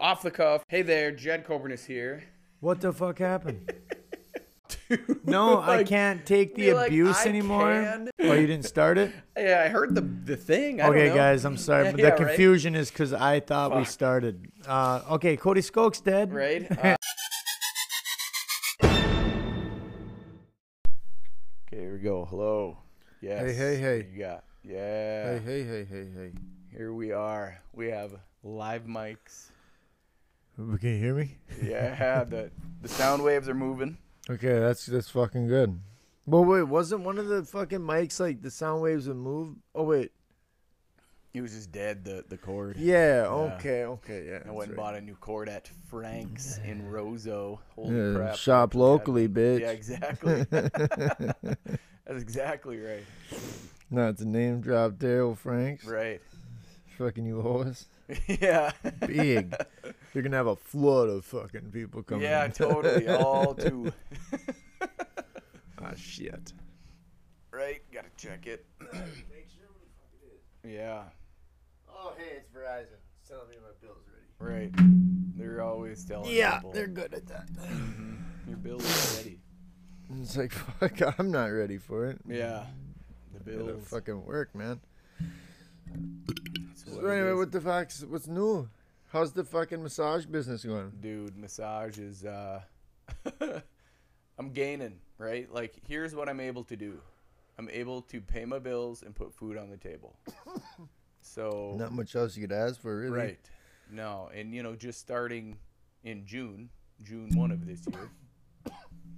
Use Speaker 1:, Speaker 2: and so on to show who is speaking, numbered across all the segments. Speaker 1: off the cuff. Hey there, Jed Coburn is here.
Speaker 2: What the fuck happened? No, I
Speaker 1: Like,
Speaker 2: can't take the
Speaker 1: be like,
Speaker 2: abuse
Speaker 1: "I
Speaker 2: anymore.
Speaker 1: can."
Speaker 2: Oh, you didn't start it?
Speaker 1: Yeah, I heard the the thing. I don't
Speaker 2: Okay,
Speaker 1: know.
Speaker 2: guys, I'm sorry,
Speaker 1: Yeah,
Speaker 2: but
Speaker 1: yeah,
Speaker 2: the
Speaker 1: right.
Speaker 2: confusion is because I thought we started. Uh, okay, Cody Skoke's dead.
Speaker 1: Right. Uh, okay, here we go. Hello. Yes.
Speaker 3: hey, hey.
Speaker 1: You got. Yeah.
Speaker 3: Hey, hey, hey, hey, hey.
Speaker 1: Here we are. We have live mics.
Speaker 3: Can you hear me?
Speaker 1: Yeah. the the sound waves are moving.
Speaker 3: Okay, that's that's fucking good.
Speaker 2: Well, wait, wasn't one of the fucking mics like the sound waves would move? Oh wait,
Speaker 1: He was just dead. The the cord.
Speaker 2: yeah, okay, okay, yeah.
Speaker 1: I went and bought a new cord at Frank's in Roseau. Holy
Speaker 3: Yeah,
Speaker 1: crap.
Speaker 3: shop locally, bitch.
Speaker 1: Yeah, exactly. That's exactly right.
Speaker 3: Not to name drop Daryl Franks.
Speaker 1: Right.
Speaker 3: Fucking you whores.
Speaker 1: Yeah.
Speaker 3: Big. You're gonna have a flood of fucking people coming.
Speaker 1: Yeah,
Speaker 3: in.
Speaker 1: totally. All too.
Speaker 3: Ah, shit.
Speaker 1: Right? Gotta check it.
Speaker 3: Oh,
Speaker 1: Yeah.
Speaker 2: Oh hey, it's Verizon. It's telling me my bill's ready.
Speaker 1: Right. They're always telling
Speaker 2: Yeah,
Speaker 1: people
Speaker 2: they're good at that.
Speaker 1: your bill is ready.
Speaker 3: It's like fuck. I'm not ready for it.
Speaker 1: Yeah. The
Speaker 3: It'll
Speaker 1: bill.
Speaker 3: fucking work, man.
Speaker 1: That's
Speaker 3: So
Speaker 1: what it
Speaker 3: anyway,
Speaker 1: is.
Speaker 3: what the fuck's what's new? How's the fucking massage business going?
Speaker 1: dude massage is uh i'm gaining right like here's what i'm able to do i'm able to pay my bills and put food on the table so
Speaker 3: Not much else you could ask for, really.
Speaker 1: right no and you know just starting in june june 1 of this year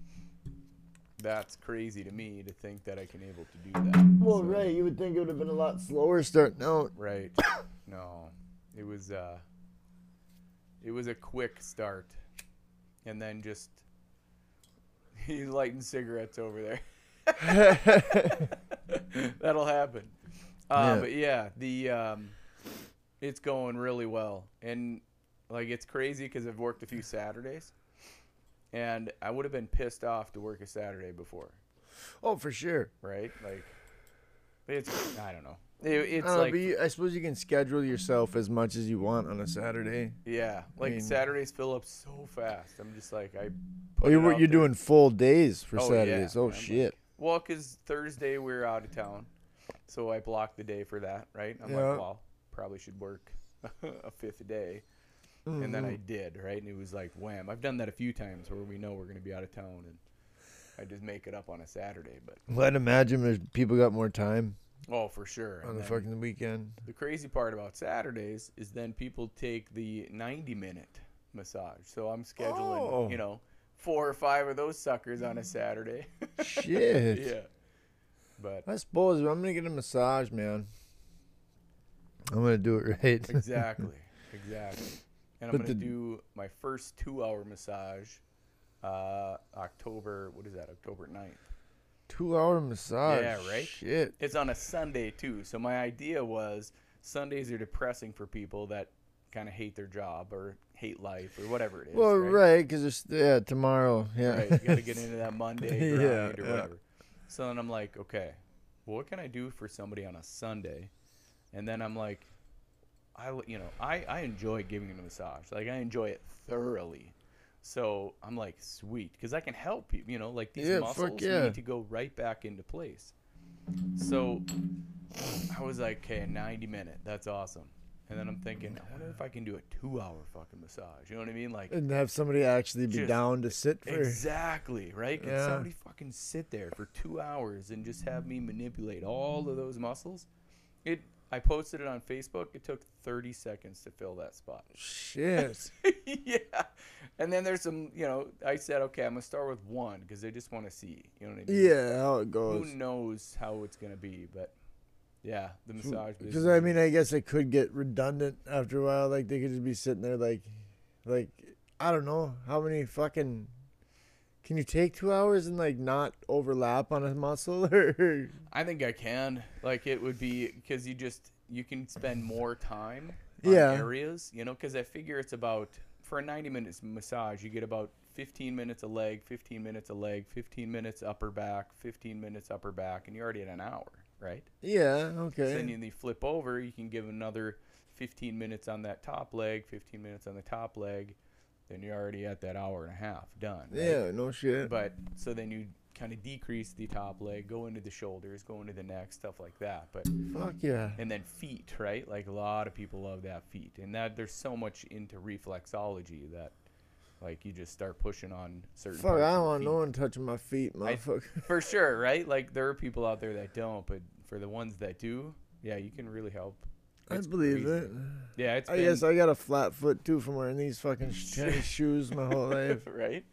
Speaker 1: that's crazy to me to think that i can able to do that
Speaker 3: Well,
Speaker 1: So,
Speaker 3: right. You would think it would have been a lot slower starting out.
Speaker 1: right no it was uh it was a quick start and then just he's lighting cigarettes over there that'll happen uh,
Speaker 3: Yeah.
Speaker 1: but yeah the um it's going really well and like it's crazy because i've worked a few saturdays and i would have been pissed off to work a saturday before
Speaker 3: Oh, for sure.
Speaker 1: right like it's i don't know it, it's
Speaker 3: I, don't know,
Speaker 1: like
Speaker 3: Uh, but you, I suppose you can schedule yourself as much as you want on a Saturday.
Speaker 1: Yeah, like
Speaker 3: mean-
Speaker 1: Saturdays fill up so fast. I'm just like I.
Speaker 3: Oh,
Speaker 1: put
Speaker 3: you
Speaker 1: it
Speaker 3: were
Speaker 1: out
Speaker 3: you're
Speaker 1: there.
Speaker 3: doing full days for
Speaker 1: Oh, yeah.
Speaker 3: Saturdays.
Speaker 1: I'm
Speaker 3: Oh
Speaker 1: like-
Speaker 3: shit.
Speaker 1: Well, because Thursday we were out of town, so I blocked the day for that. Right? I'm
Speaker 3: Yeah.
Speaker 1: like, well, probably should work a fifth day, and then I
Speaker 3: Mm-hmm.
Speaker 1: did. Right? And it was like, wham! I've done that a few times where we know we're gonna be out of town, and I just make it up on a Saturday. But
Speaker 3: Well, I'd imagine there's people got more time
Speaker 1: oh, for sure.
Speaker 3: on
Speaker 1: And
Speaker 3: the
Speaker 1: then
Speaker 3: fucking weekend.
Speaker 1: the crazy part about Saturdays is then people take the 90 minute massage. So I'm scheduling,
Speaker 3: Oh. Mm.
Speaker 1: you know, four or five of those suckers on a Saturday.
Speaker 3: shit.
Speaker 1: yeah. But
Speaker 3: I suppose if I'm gonna get a massage, man. I'm gonna do it right.
Speaker 1: exactly, exactly. And I'm going
Speaker 3: But
Speaker 1: to
Speaker 3: the-
Speaker 1: do my first two hour massage uh, October, what is that, October 9th.
Speaker 3: Two hour massage.
Speaker 1: Yeah, right?
Speaker 3: Shit.
Speaker 1: It's on a Sunday too. So my idea was Sundays are depressing for people that kind of hate their job or hate life or whatever it is.
Speaker 3: Well,
Speaker 1: right?
Speaker 3: right, because it's yeah tomorrow. Yeah.
Speaker 1: right? You got to get into that Monday grind
Speaker 3: Yeah,
Speaker 1: or
Speaker 3: yeah.
Speaker 1: whatever. So then I'm like, okay, well, what can I do for somebody on a Sunday? And then I'm like, I l- you know I I enjoy giving them a massage. Like I enjoy it thoroughly. So I'm like, sweet, because I can help you. You know, like these
Speaker 3: Yeah, fuck
Speaker 1: muscles
Speaker 3: yeah.
Speaker 1: need to go right back into place. So I was like, okay, 90 minute, that's awesome. And then I'm thinking, I wonder if I can do a two hour fucking massage. You know what I mean? Like
Speaker 3: and have somebody actually be
Speaker 1: Just-
Speaker 3: down to sit for.
Speaker 1: Exactly, right? Can
Speaker 3: Yeah.
Speaker 1: somebody fucking sit there for two hours and just have me manipulate all of those muscles? It. I posted it on Facebook. It took 30 seconds to fill that spot.
Speaker 3: Shit.
Speaker 1: yeah. And then there's some, you know, I said, okay, I'm going to start with one because I just want to see. You know what I mean?
Speaker 3: yeah, how it
Speaker 1: Who
Speaker 3: goes.
Speaker 1: knows how it's going to be, but yeah, the massage business.
Speaker 3: Because I
Speaker 1: is-
Speaker 3: mean, I guess it could get redundant after a while. Like they could just be sitting there, like, like I don't know how many fucking. Can you take two hours and like not overlap on a muscle? Or
Speaker 1: I think I can. Like it would be because you just you can spend more time on
Speaker 3: Yeah.
Speaker 1: areas, you know. Because I figure it's about for a ninety minutes massage, you get about fifteen minutes a leg, fifteen minutes a leg, fifteen minutes upper back, fifteen minutes upper back, and you're already at an hour. right?
Speaker 3: Yeah.
Speaker 1: So then
Speaker 3: Okay.
Speaker 1: you- you flip over, you can give another 15 minutes on that top leg, 15 minutes on the top leg, then you're already at that hour and a half done. right?
Speaker 3: Yeah. No shit.
Speaker 1: But so then you kind of decrease the top leg, go into the shoulders, go into the neck, stuff like that. But
Speaker 3: Fuck yeah.
Speaker 1: and then feet, right? Like a lot of people love that feet, and that there's so much into reflexology that like you just start pushing on certain.
Speaker 3: Fuck.
Speaker 1: parts
Speaker 3: I
Speaker 1: of the
Speaker 3: don't want
Speaker 1: feet.
Speaker 3: no one touching my feet, motherfucker.
Speaker 1: For sure, right? Like there are people out there that don't, but for the ones that do, yeah, you can really help.
Speaker 3: I,
Speaker 1: It's
Speaker 3: believe
Speaker 1: crazy.
Speaker 3: it.
Speaker 1: Yeah, it's
Speaker 3: I
Speaker 1: been,
Speaker 3: guess I got a flat foot too from wearing these fucking sh- tennis shoes my whole life.
Speaker 1: right,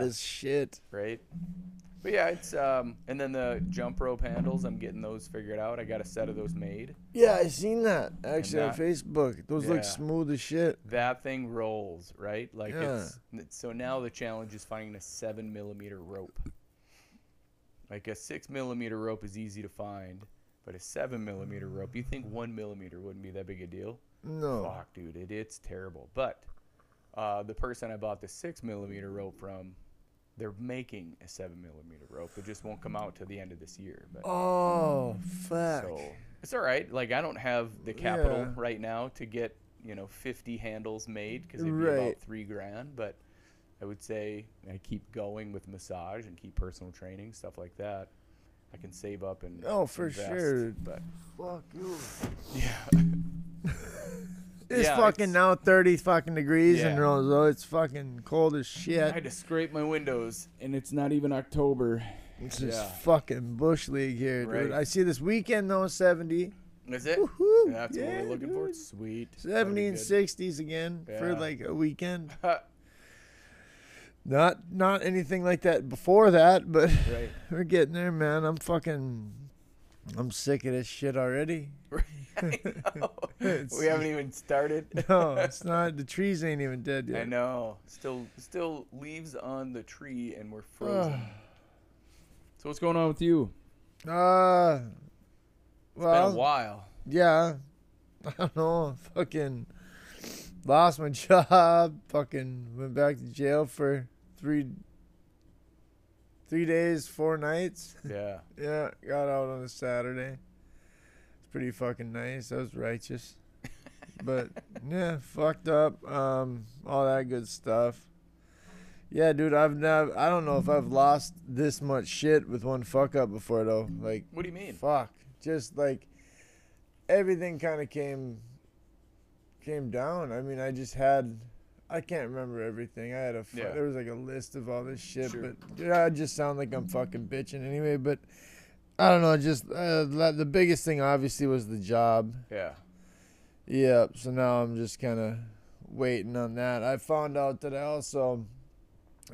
Speaker 1: Yeah.
Speaker 3: as shit.
Speaker 1: right. But yeah, it's um, and then the jump rope handles. I'm getting those figured out. I got a set of those made.
Speaker 3: Yeah, I seen that actually on
Speaker 1: that-
Speaker 3: Facebook. Those
Speaker 1: Yeah.
Speaker 3: look smooth as shit.
Speaker 1: That thing rolls, right? Like
Speaker 3: Yeah.
Speaker 1: it's n- so now the challenge is finding a seven millimeter rope. Like a six millimeter rope is easy to find, but a seven millimeter rope, you think one millimeter wouldn't be that big a deal?
Speaker 3: No.
Speaker 1: Fuck, dude, it, it's terrible. But uh, the person I bought the six millimeter rope from, they're making a seven millimeter rope. It just won't come out till the end of this year. But
Speaker 3: Oh fuck.
Speaker 1: Mm, so it's all right. Like I don't have the capital
Speaker 3: Yeah.
Speaker 1: right now to get you know 50 handles made because it'd be about
Speaker 3: Right.
Speaker 1: three grand. But I would say I keep going with massage and keep personal training stuff like that. I can save up and
Speaker 3: Oh, for
Speaker 1: invest,
Speaker 3: sure.
Speaker 1: But
Speaker 3: Fuck you.
Speaker 1: yeah,
Speaker 3: It's
Speaker 1: Yeah,
Speaker 3: fucking
Speaker 1: it's-
Speaker 3: now thirty fucking degrees in
Speaker 1: Yeah.
Speaker 3: Roseau. It's fucking cold
Speaker 1: I
Speaker 3: as shit.
Speaker 1: had to scrape my windows, and it's not even October.
Speaker 3: It's just
Speaker 1: Yeah.
Speaker 3: fucking bush league here, dude.
Speaker 1: Right.
Speaker 3: I see this weekend though, seventy.
Speaker 1: Is it?
Speaker 3: Woohoo,
Speaker 1: That's what
Speaker 3: yeah,
Speaker 1: we're looking for.
Speaker 3: dude.
Speaker 1: Sweet. That'd be
Speaker 3: Seventy and
Speaker 1: good.
Speaker 3: sixties again for
Speaker 1: Yeah.
Speaker 3: like a weekend.
Speaker 1: right.
Speaker 3: Not not anything like that before that, but we're getting there, man. I'm fucking I'm sick of this shit already.
Speaker 1: I know.
Speaker 3: It's-
Speaker 1: we haven't even started.
Speaker 3: No, it's not the trees ain't even dead
Speaker 1: I
Speaker 3: yet.
Speaker 1: know. Still, still leaves on the tree, and we're frozen. so what's going on with you?
Speaker 3: Uh
Speaker 1: Been a
Speaker 3: well
Speaker 1: while.
Speaker 3: yeah. I don't know. Fucking lost my job. Fucking went back to jail for three three days, four nights.
Speaker 1: Yeah.
Speaker 3: Yeah, got out on a Saturday. It's pretty fucking nice. That was righteous. But yeah, fucked up. Um, all that good stuff. Yeah, dude, I've never. I don't know if I've lost this much shit with one fuck up before though. Like,
Speaker 1: What do you mean?
Speaker 3: fuck, just like everything kind of came came down. I mean, I just had. I can't remember everything. I had a fu-
Speaker 1: Yeah.
Speaker 3: there was like a list of all this shit,
Speaker 1: Sure.
Speaker 3: but dude, I just sound like I'm fucking bitching anyway. But I don't know. Just uh, la- the biggest thing obviously was the job.
Speaker 1: Yeah.
Speaker 3: Yep. So now I'm just kind of waiting on that. I found out that I also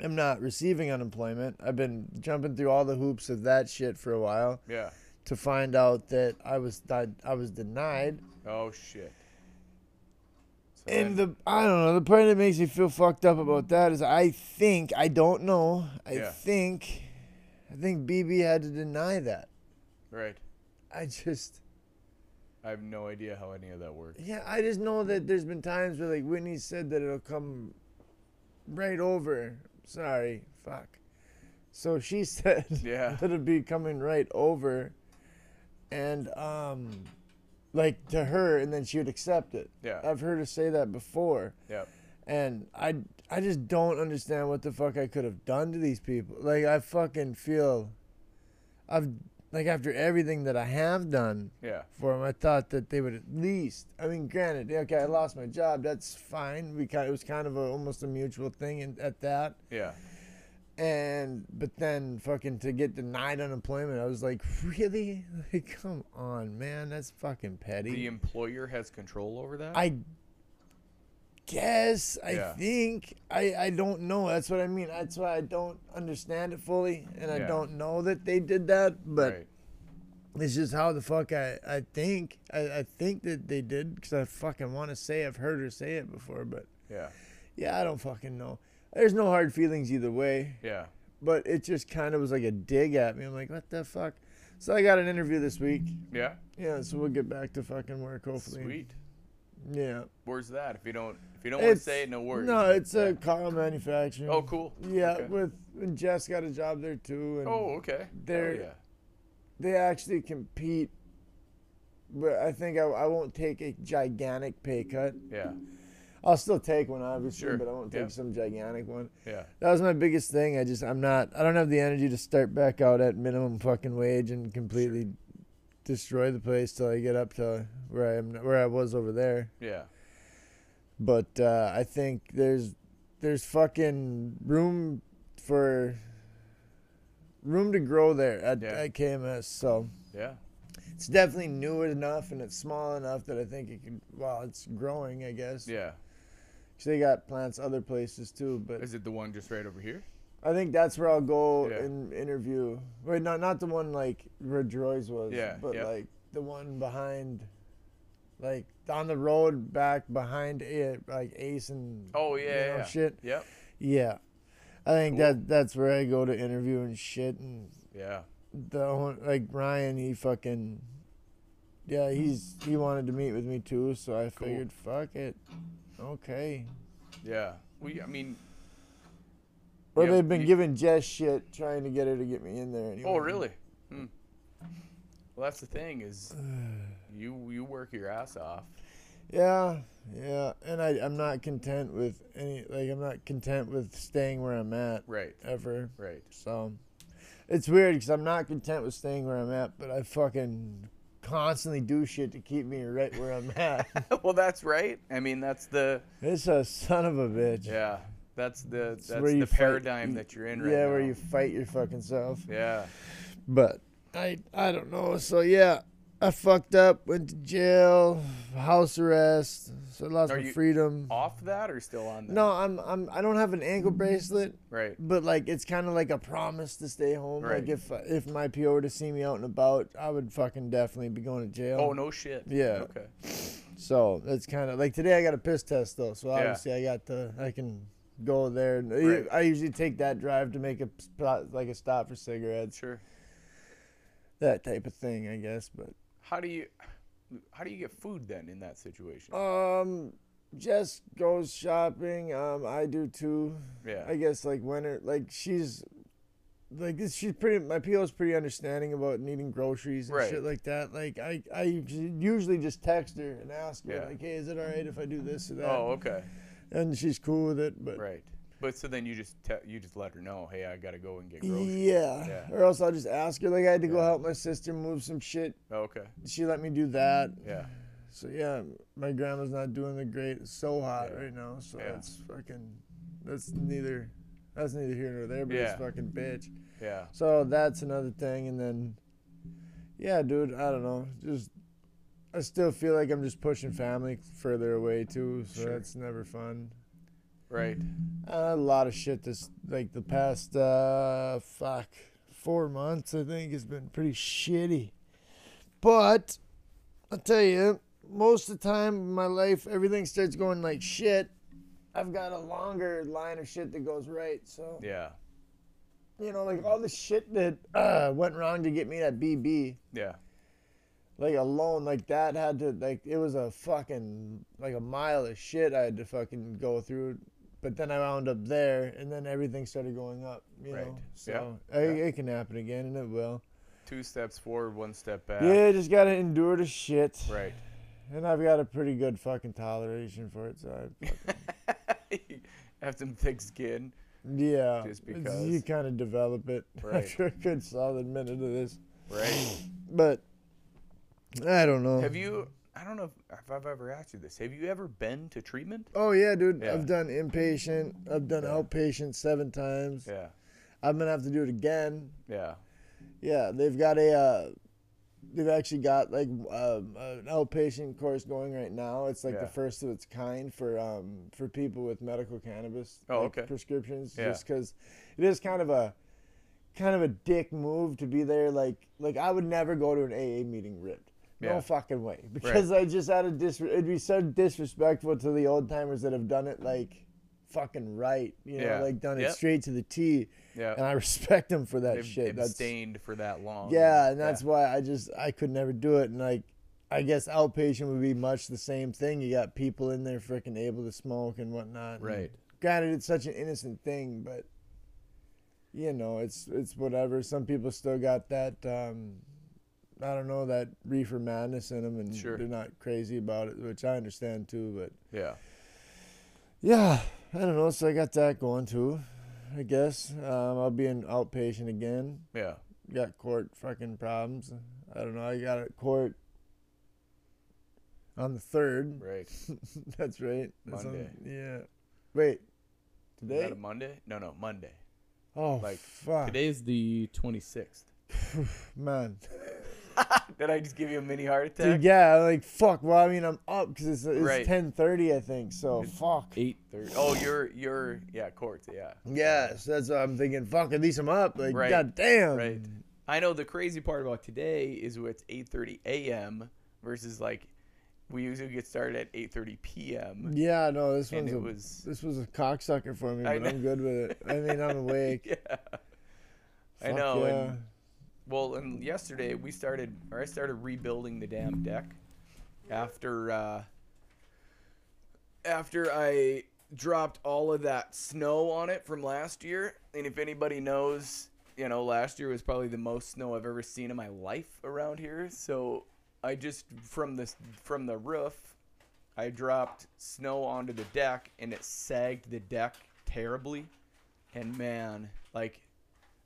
Speaker 3: am not receiving unemployment. I've been jumping through all the hoops of that shit for a while
Speaker 1: Yeah.
Speaker 3: to find out that I was that I was denied.
Speaker 1: Oh shit. So
Speaker 3: And
Speaker 1: then-
Speaker 3: the I don't know the part that makes me feel fucked up about that is I think I don't know I
Speaker 1: Yeah.
Speaker 3: think I think BB had to deny that.
Speaker 1: right.
Speaker 3: I just
Speaker 1: I have no idea how any of that works.
Speaker 3: yeah I just know that there's been times where like Whitney said that it'll come right over. Sorry, fuck. So she said
Speaker 1: Yeah.
Speaker 3: that it'll be coming right over, and um, like to her, and then she would accept it.
Speaker 1: Yeah.
Speaker 3: I've heard her say that before.
Speaker 1: Yeah.
Speaker 3: and I I just don't understand what the fuck I could have done to these people. Like I fucking feel, I've like after everything that I have done
Speaker 1: Yeah.
Speaker 3: for them, I thought that they would at least. I mean, granted, yeah, okay, I lost my job. That's fine. We kind it was kind of a, almost a mutual thing in, at that.
Speaker 1: Yeah.
Speaker 3: And but then fucking to get denied unemployment, I was like, really? Like, come on, man, that's fucking petty.
Speaker 1: The employer has control over that.
Speaker 3: I guess I
Speaker 1: Yeah.
Speaker 3: think I I don't know. That's what I mean. That's why I don't understand it fully, and I
Speaker 1: Yeah.
Speaker 3: don't know that they did that. But
Speaker 1: right.
Speaker 3: it's just how the fuck I I think I, I think that they did because I fucking want to say I've heard her say it before, but
Speaker 1: Yeah.
Speaker 3: yeah, I don't fucking know. There's no hard feelings either way,
Speaker 1: Yeah.
Speaker 3: but it just kind of was like a dig at me. I'm like, what the fuck? So I got an interview this week.
Speaker 1: Yeah.
Speaker 3: Yeah, so we'll get back to fucking work hopefully.
Speaker 1: Sweet.
Speaker 3: Yeah.
Speaker 1: Where's that? If you don't, if you don't want to
Speaker 3: It's-
Speaker 1: say it, no worries.
Speaker 3: No,
Speaker 1: but-
Speaker 3: it's a car manufacturing.
Speaker 1: yeah. Oh, cool.
Speaker 3: Yeah,
Speaker 1: Okay.
Speaker 3: with and Jess got a job there too, and
Speaker 1: Oh, okay. Hell
Speaker 3: they're-
Speaker 1: yeah.
Speaker 3: they actually compete. But I think I, I won't take a gigantic pay cut.
Speaker 1: Yeah.
Speaker 3: I'll still take one, obviously,
Speaker 1: Sure,
Speaker 3: but I won't take
Speaker 1: yeah.
Speaker 3: some gigantic one.
Speaker 1: Yeah.
Speaker 3: That was my biggest thing. I just I'm not I don't have the energy to start back out at minimum fucking wage and completely destroy the place till I get up to where I am where I was over there.
Speaker 1: Yeah.
Speaker 3: But uh, I think there's there's fucking room for room to grow there at,
Speaker 1: Yeah.
Speaker 3: at KMS. So
Speaker 1: Yeah.
Speaker 3: it's definitely new enough and it's small enough that I think it could. Well, it's growing, I guess.
Speaker 1: Yeah.
Speaker 3: 'Cause they got plants other places too, but
Speaker 1: Is it the one just right over here?
Speaker 3: I think that's where I'll go
Speaker 1: Yeah.
Speaker 3: and interview. Wait, no, not the one like where Droy's was.
Speaker 1: Yeah,
Speaker 3: But
Speaker 1: yeah.
Speaker 3: like the one behind, like on the road back behind it, like Ace and
Speaker 1: Oh yeah.
Speaker 3: you know,
Speaker 1: yeah, yeah.
Speaker 3: shit.
Speaker 1: Yep.
Speaker 3: Yeah, I think
Speaker 1: Cool.
Speaker 3: that that's where I go to interview and shit. And
Speaker 1: Yeah.
Speaker 3: the whole- like Ryan, he fucking, yeah, he's he wanted to meet with me too, so I
Speaker 1: Hmm. Cool.
Speaker 3: figured, fuck it, okay.
Speaker 1: Yeah. We. I mean.
Speaker 3: But
Speaker 1: Yeah,
Speaker 3: they've been
Speaker 1: you-
Speaker 3: giving Jess shit, trying to get her to get me in there. Anyway.
Speaker 1: Oh really? Hmm. Well, that's the thing is, you you work your ass off.
Speaker 3: Yeah, yeah, and I I'm not content with any like I'm not content with staying where I'm at
Speaker 1: Right.
Speaker 3: ever.
Speaker 1: Right.
Speaker 3: So it's weird because I'm not content with staying where I'm at, but I fucking constantly do shit to keep me right where I'm at.
Speaker 1: well, that's right. I mean, that's the
Speaker 3: it's a son of a bitch.
Speaker 1: yeah. That's the that's
Speaker 3: where you
Speaker 1: the
Speaker 3: fight-
Speaker 1: paradigm that you're in right
Speaker 3: yeah,
Speaker 1: now.
Speaker 3: where you fight your fucking self.
Speaker 1: Yeah.
Speaker 3: But I I don't know. So yeah, I fucked up, went to jail, house arrest, so I lost
Speaker 1: Are
Speaker 3: my
Speaker 1: you-
Speaker 3: freedom.
Speaker 1: Off that or still on that?
Speaker 3: No, I'm I'm I don't have an ankle bracelet,
Speaker 1: Right.
Speaker 3: but like it's kind of like a promise to stay home.
Speaker 1: Right.
Speaker 3: Like if if my PO were to see me out and about, I would fucking definitely be going to jail.
Speaker 1: Oh no shit.
Speaker 3: Yeah.
Speaker 1: Okay.
Speaker 3: So that's kind of like today. I got a piss test though, so obviously I got the I can go there. And
Speaker 1: Right.
Speaker 3: I usually take that drive to make a spot like a stop for cigarettes,
Speaker 1: Sure.
Speaker 3: that type of thing, I guess. But
Speaker 1: How do you how do you get food then in that situation?
Speaker 3: Um, Jess goes shopping. Um, I do too.
Speaker 1: Yeah.
Speaker 3: I guess like winter, like she's, like this. She's pretty. My PO's pretty understanding about needing groceries and
Speaker 1: Right.
Speaker 3: shit like that. Like I, I usually just text her and ask her
Speaker 1: Yeah.
Speaker 3: like, hey, is it all right if I do this or that?
Speaker 1: oh okay.
Speaker 3: And she's cool with it, but.
Speaker 1: Right. But so then you just te- you just let her know, hey, I gotta go and get groceries.
Speaker 3: Yeah.
Speaker 1: Yeah.
Speaker 3: or else I'll just ask her. Like I had to go
Speaker 1: Yeah.
Speaker 3: help my sister move some shit.
Speaker 1: Oh, okay.
Speaker 3: She let me do that.
Speaker 1: Yeah.
Speaker 3: So yeah, my grandma's not doing the great. It's so hot
Speaker 1: Yeah.
Speaker 3: right now. So
Speaker 1: Yeah.
Speaker 3: that's fucking. That's neither. That's neither here nor there. But
Speaker 1: Yeah.
Speaker 3: it's fucking bitch.
Speaker 1: Yeah.
Speaker 3: So that's another thing. And then, yeah, dude. I don't know. Just. I still feel like I'm just pushing family further away too, so
Speaker 1: Sure.
Speaker 3: that's never fun.
Speaker 1: Right.
Speaker 3: Uh, a lot of shit this like the past uh fuck four months I think has been pretty shitty. But I tell you, most of the time in my life everything starts going like shit. I've got a longer line of shit that goes right. So
Speaker 1: Yeah.
Speaker 3: you know, like all the shit that uh, went wrong to get me that BB,
Speaker 1: Yeah.
Speaker 3: like alone, like that had to like it was a fucking like a mile of shit I had to fucking go through. But then I wound up there, and then everything started going up. You
Speaker 1: Right.
Speaker 3: know, so
Speaker 1: Yeah.
Speaker 3: It,
Speaker 1: Yeah.
Speaker 3: it can happen again, and it will.
Speaker 1: Two steps forward, one step back.
Speaker 3: Yeah, just gotta endure the shit.
Speaker 1: Right.
Speaker 3: And I've got a pretty good fucking toleration for it, so I,
Speaker 1: Have some thick skin.
Speaker 3: yeah,
Speaker 1: Just
Speaker 3: it's-
Speaker 1: because.
Speaker 3: you kind of develop it
Speaker 1: Right.
Speaker 3: after a good solid minute of this.
Speaker 1: Right.
Speaker 3: But I don't know.
Speaker 1: Have you? I don't know if, if I've ever asked you this. Have you ever been to treatment?
Speaker 3: Oh yeah, dude.
Speaker 1: Yeah.
Speaker 3: I've done inpatient. I've done
Speaker 1: Yeah.
Speaker 3: outpatient seven times.
Speaker 1: Yeah.
Speaker 3: I'm gonna have to do it again.
Speaker 1: Yeah.
Speaker 3: Yeah, they've got a. Uh, they've actually got like um, an outpatient course going right now. It's like
Speaker 1: Yeah.
Speaker 3: the first of its kind for um, for people with medical cannabis
Speaker 1: Oh,
Speaker 3: like,
Speaker 1: okay.
Speaker 3: prescriptions.
Speaker 1: Yeah.
Speaker 3: Just because it is kind of a kind of a dick move to be there. Like like I would never go to an AA meeting ripped. No
Speaker 1: Yeah.
Speaker 3: fucking way. Because I just out of dis it'd be so disrespectful to the old timers that have done it like fucking right. You know,
Speaker 1: Yeah.
Speaker 3: like done it
Speaker 1: Yep.
Speaker 3: straight to the T.
Speaker 1: Yeah.
Speaker 3: And I respect them for that
Speaker 1: They've
Speaker 3: Ah, shit. That's
Speaker 1: abstained for that long.
Speaker 3: yeah, and that's why I just I could never do it. And like, I guess outpatient would be much the same thing. You got people in there freaking able to smoke and whatnot. and
Speaker 1: Right.
Speaker 3: granted, it's such an innocent thing, but you know, it's it's whatever. Some people still got that um, I don't know that reefer madness in them, and
Speaker 1: Sure.
Speaker 3: they're not crazy about it, which I understand too. But
Speaker 1: Yeah.
Speaker 3: yeah, I don't know. So I got that going too. I guess um, I'll be an outpatient again.
Speaker 1: Yeah.
Speaker 3: Got court fucking problems. I don't know. I got a court on the third.
Speaker 1: Right.
Speaker 3: That's right. That's on-
Speaker 1: Monday.
Speaker 3: yeah. Wait.
Speaker 1: Is
Speaker 3: Today?
Speaker 1: that a Monday? No, no, Monday.
Speaker 3: oh,
Speaker 1: like,
Speaker 3: fuck,
Speaker 1: Today's the 26th.
Speaker 3: man.
Speaker 1: Did I just give you a mini heart attack?
Speaker 3: Dude, yeah, like fuck. Well, I mean, I'm up because it's
Speaker 1: Right.
Speaker 3: it's ten thirty, I think. So fuck.
Speaker 1: Eight thirty. Oh, you're you're yeah, courts. Yeah.
Speaker 3: Yes, that's what I'm thinking. Fuck, at least I'm up. Like,
Speaker 1: Right.
Speaker 3: goddamn.
Speaker 1: Right. I know the crazy part about today is where it's 8:30 a.m. versus like we usually get started at 8:30 p.m.
Speaker 3: Yeah, no, this
Speaker 1: And
Speaker 3: one's
Speaker 1: it
Speaker 3: a,
Speaker 1: was
Speaker 3: this was a cocksucker for me,
Speaker 1: I
Speaker 3: but I'm
Speaker 1: know.
Speaker 3: good with it. I mean, I'm awake.
Speaker 1: yeah. I
Speaker 3: Fuck
Speaker 1: know.
Speaker 3: Yeah.
Speaker 1: And, well, and yesterday we started, or I started rebuilding the damn deck after uh, after I dropped all of that snow on it from last year. And if anybody knows, you know, last year was probably the most snow I've ever seen in my life around here. So I just from this from the roof, I dropped snow onto the deck, and it sagged the deck terribly. And man, like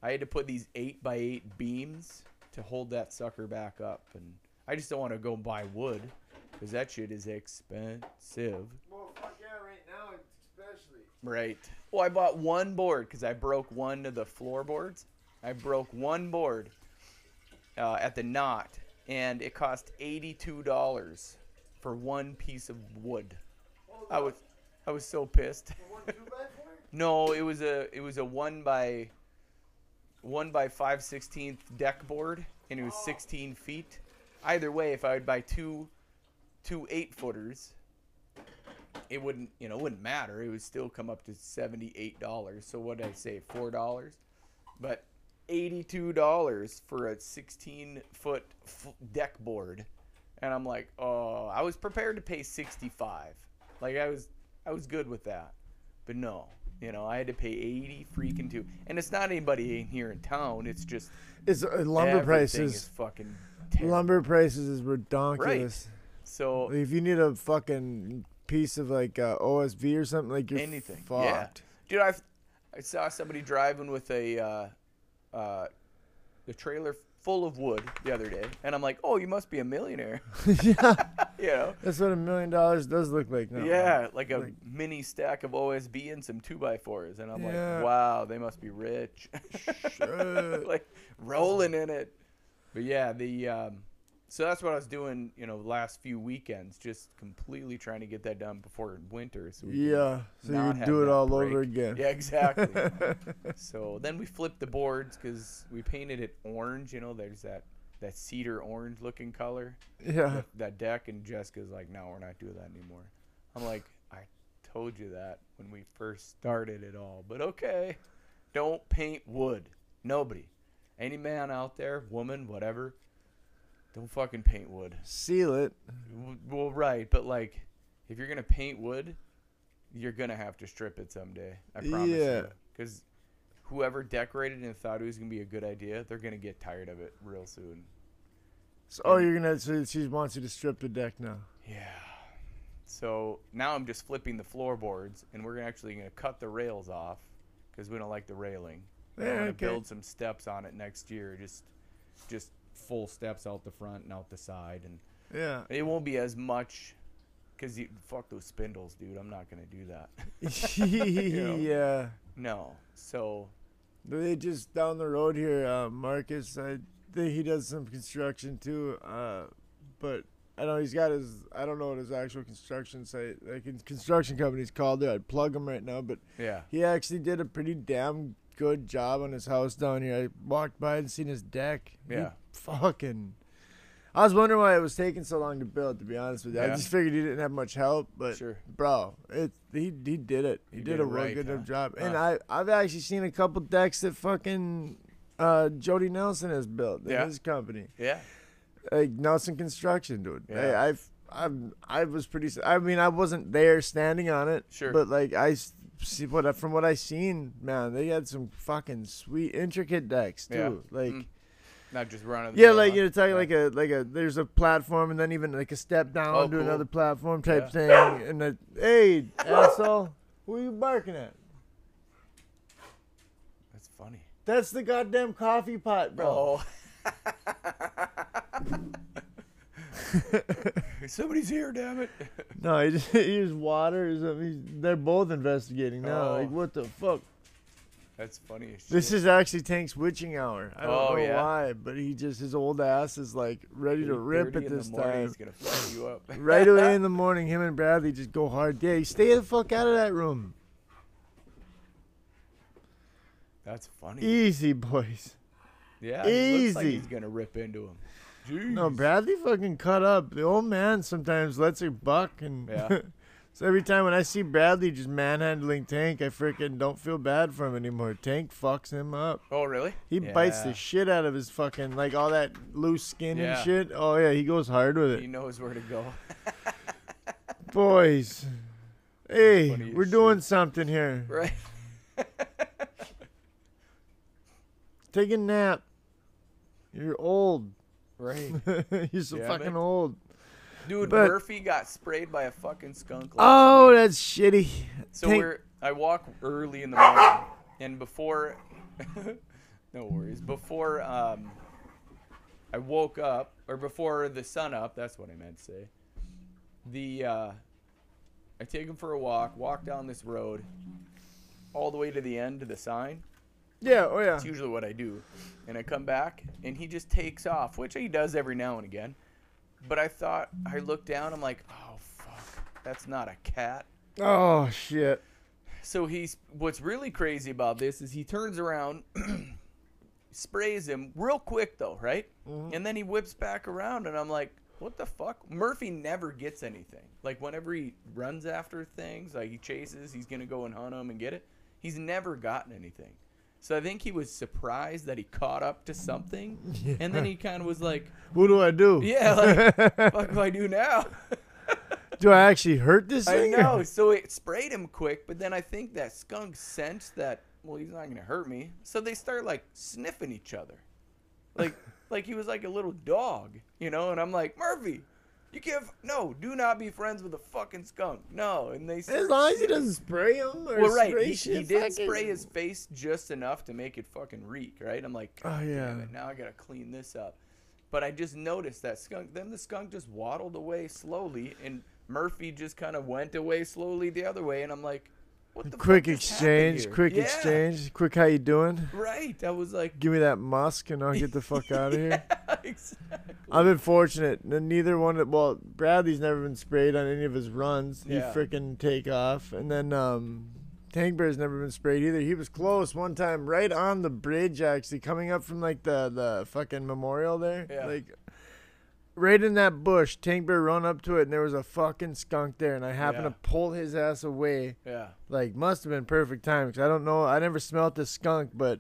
Speaker 1: I had to put these eight by eight beams to hold that sucker back up, and I just don't want to go buy wood because that shit is expensive.
Speaker 2: Well, fuck yeah, right now, especially.
Speaker 1: Right. Well, Oh, I bought one board because I broke one of the floorboards. I broke one board uh, at the knot, and it cost eighty-two dollars for one piece of wood. I was, I was so pissed. No, it was a it was a one by one by five sixteenth deck board, and it was sixteen feet. Either way, if I would buy two two eight footers, it wouldn't you know it wouldn't matter. It would still come up to seventy eight dollars. So what did I say? Four dollars, but eighty two dollars for a sixteen foot f- deck board, and I'm like, oh, I was prepared to pay sixty five. Like I was I was good with that. But no, you know, I had to pay eighty freaking two, and it's not anybody in here in town. It's just
Speaker 3: It's uh, lumber
Speaker 1: everything
Speaker 3: prices.
Speaker 1: is fucking terrible.
Speaker 3: Lumber prices is ridiculous.
Speaker 1: So
Speaker 3: If you need a fucking piece of like uh, OSB or something, like you're
Speaker 1: anything, yeah,
Speaker 3: fucked.
Speaker 1: dude. I I saw somebody driving with a uh, uh, the trailer full of wood the other day, and I'm like, oh, you must be a millionaire,
Speaker 3: Yeah.
Speaker 1: you know.
Speaker 3: that's what a million dollars does look Oh, like now.
Speaker 1: Yeah, like a mini stack of OSB and some two by fours, and I'm
Speaker 3: Yeah.
Speaker 1: like, wow, they must be rich,
Speaker 3: Shit.
Speaker 1: like rolling in it. But yeah, the um, so that's what I was doing, you know, last few weekends, just completely trying to get that done before winter. So we can
Speaker 3: Yeah, so you
Speaker 1: not
Speaker 3: would
Speaker 1: have
Speaker 3: do it
Speaker 1: that
Speaker 3: all over
Speaker 1: break.
Speaker 3: again.
Speaker 1: Yeah, exactly. so then we flipped the boards because we painted it orange. You know, there's that that cedar orange looking color
Speaker 3: Yeah.
Speaker 1: that deck and Jessica's like, no, we're not doing that anymore. I'm like, I told you that when we first started it all, but okay. Don't paint wood. Nobody. Any man out there, woman, whatever, don't fucking paint wood.
Speaker 3: Seal it.
Speaker 1: W- Well, right, but like, if you're gonna paint wood, you're gonna have to strip it someday. I promise
Speaker 3: Yeah.
Speaker 1: you. Because whoever decorated and thought it was gonna be a good idea, they're gonna get tired of it real soon.
Speaker 3: So, oh, you're gonna. So she wants you to strip the deck now.
Speaker 1: Yeah. So now I'm just flipping the floorboards, and we're actually going to cut the rails off because we don't like the railing.
Speaker 3: Yeah,
Speaker 1: we're going to
Speaker 3: okay.
Speaker 1: build some steps on it next year, just just full steps out the front and out the side, and
Speaker 3: Yeah.
Speaker 1: it won't be as much because you fuck those spindles, dude. I'm not going to do that.
Speaker 3: yeah.
Speaker 1: no. So
Speaker 3: They just down the road here, uh, Marcus. I think he does some construction too. Uh, but I know he's got his. I don't know what his actual construction site, like his construction company's called. There, I'd plug him right now. But
Speaker 1: yeah,
Speaker 3: he actually did a pretty damn good job on his house down here. I walked by and seen his deck. He
Speaker 1: Yeah.
Speaker 3: fucking. I was wondering why it was taking so long to build. To be honest with you, I
Speaker 1: Yeah.
Speaker 3: just figured he didn't have much help. But
Speaker 1: Sure.
Speaker 3: bro, it he he did it. He, did,
Speaker 1: did
Speaker 3: a
Speaker 1: it
Speaker 3: real
Speaker 1: right,
Speaker 3: good
Speaker 1: huh?
Speaker 3: enough job. And
Speaker 1: Huh.
Speaker 3: I I've actually seen a couple decks that fucking uh, Jody Nelson has built in
Speaker 1: Yeah.
Speaker 3: his company
Speaker 1: yeah,
Speaker 3: like Nelson Construction, dude.
Speaker 1: Yeah.
Speaker 3: I, I've I'm I was pretty. s- I mean, I wasn't there standing on it.
Speaker 1: Sure.
Speaker 3: But like I s- see what I- from what I seen, man, they had some fucking sweet intricate decks
Speaker 1: Yeah.
Speaker 3: too. Like.
Speaker 1: Mm. Not just running.
Speaker 2: Yeah, like you're talking like a like a there's a platform and then even like a step down
Speaker 1: Oh,
Speaker 2: to
Speaker 1: cool.
Speaker 2: another platform type thing. And that
Speaker 3: Hey, asshole, who are you barking at?
Speaker 1: That's funny.
Speaker 3: That's the goddamn coffee pot, bro.
Speaker 1: Oh. Somebody's here, damn it.
Speaker 3: No, he just he used water or something. He's- they're both investigating now.
Speaker 1: Oh.
Speaker 3: Like, what the fuck?
Speaker 1: That's funny as shit.
Speaker 3: This is actually Tank's witching hour. I don't
Speaker 1: Oh,
Speaker 3: know
Speaker 1: yeah.
Speaker 3: why, but he just his old ass is like ready to rip
Speaker 1: 8:30
Speaker 3: at this
Speaker 1: in the morning,
Speaker 3: time.
Speaker 1: He's gonna fuck you up.
Speaker 3: right away in the morning, him and Bradley just go hard. Yeah, you stay the fuck out of that room.
Speaker 1: That's funny.
Speaker 3: Easy, boys.
Speaker 1: yeah, he looks like
Speaker 3: easy.
Speaker 1: he's gonna rip into him. Jeez.
Speaker 3: No, Bradley fucking cut up. The old man sometimes lets her buck, and
Speaker 1: Yeah.
Speaker 3: so every time when I see Bradley just manhandling Tank, I freaking don't feel bad for him anymore. Tank fucks him up.
Speaker 1: Oh, really?
Speaker 3: He bites the
Speaker 1: Yeah.
Speaker 3: shit out of his fucking like all that loose skin
Speaker 1: Yeah.
Speaker 3: and shit. Oh yeah, he goes hard with it.
Speaker 1: He knows where to go.
Speaker 3: Boys, hey,
Speaker 1: Funny as
Speaker 3: we're
Speaker 1: shit.
Speaker 3: doing something here.
Speaker 1: Right.
Speaker 3: Take a nap. You're old.
Speaker 1: Right.
Speaker 3: You're so
Speaker 1: Damn
Speaker 3: fucking
Speaker 1: it.
Speaker 3: old.
Speaker 1: Dude,
Speaker 3: But-
Speaker 1: Murphy got sprayed by a fucking skunk. last
Speaker 3: Oh,
Speaker 1: week.
Speaker 3: that's shitty.
Speaker 1: so
Speaker 3: Tank-
Speaker 1: we're I walk early in the morning, and before, no worries, before um, I woke up or before the sun up. That's what I meant to say. The uh, I take him for a walk, walk down this road, all the way to the end to the sign.
Speaker 3: yeah, oh yeah.
Speaker 1: That's usually what I do. And I come back, and he just takes off, which he does every now and again. But I thought, I looked down, I'm like, oh, fuck, that's not a cat.
Speaker 3: Oh shit.
Speaker 1: So he's, what's really crazy about this is he turns around, sprays him real quick, though, right? And then he whips back around, and I'm like, what the fuck? Murphy never gets anything. Like, whenever he runs after things, like he chases, he's going to go and hunt him and get it. He's never gotten anything. So I think he was surprised that he caught up to something. And then he kind of was like,
Speaker 3: What do I do?
Speaker 1: yeah, like, fuck do I do now?
Speaker 3: Do I actually hurt this
Speaker 1: I
Speaker 3: thing? or-
Speaker 1: know. So it sprayed him quick, but then I think that skunk sensed that, well, he's not going to hurt me. So they start like sniffing each other. Like, like he was like a little dog, you know? And I'm like, Murphy, you can't, f- no, do not be friends with a fucking skunk. No. And they
Speaker 3: As
Speaker 1: start
Speaker 3: long as he
Speaker 1: sniffing.
Speaker 3: doesn't spray him or
Speaker 1: Well, right.
Speaker 3: spray
Speaker 1: He,
Speaker 3: shit.
Speaker 1: he did
Speaker 3: fucking-
Speaker 1: spray his face just enough to make it fucking reek, right? I'm like,
Speaker 3: Oh yeah.
Speaker 1: damn it, now I gotta clean this up. But I just noticed that skunk. Then the skunk just waddled away slowly, and Murphy just kind of went away slowly the other way. And I'm like, what the fuck
Speaker 3: Quick
Speaker 1: just happened
Speaker 3: exchange.
Speaker 1: here?
Speaker 3: Quick
Speaker 1: Yeah,
Speaker 3: exchange. Quick, how you doing?
Speaker 1: Right. I was like,
Speaker 3: Give me that musk and I'll get the fuck out of here.
Speaker 1: exactly.
Speaker 3: I've been fortunate. N- Neither one. Well, Bradley's never been sprayed on any of his runs.
Speaker 1: Yeah.
Speaker 3: He freaking take off, and then um, Tank Bear's never been sprayed either. He was close one time, right on the bridge, actually coming up from like the the fucking memorial there,
Speaker 1: Yeah.
Speaker 3: like. Right in that bush, Tank Bear run up to it, and there was a fucking skunk there, and I happened
Speaker 1: Yeah.
Speaker 3: to pull his ass away.
Speaker 1: Yeah.
Speaker 3: Like, must have been perfect time, because I don't know, I never smelt this skunk, but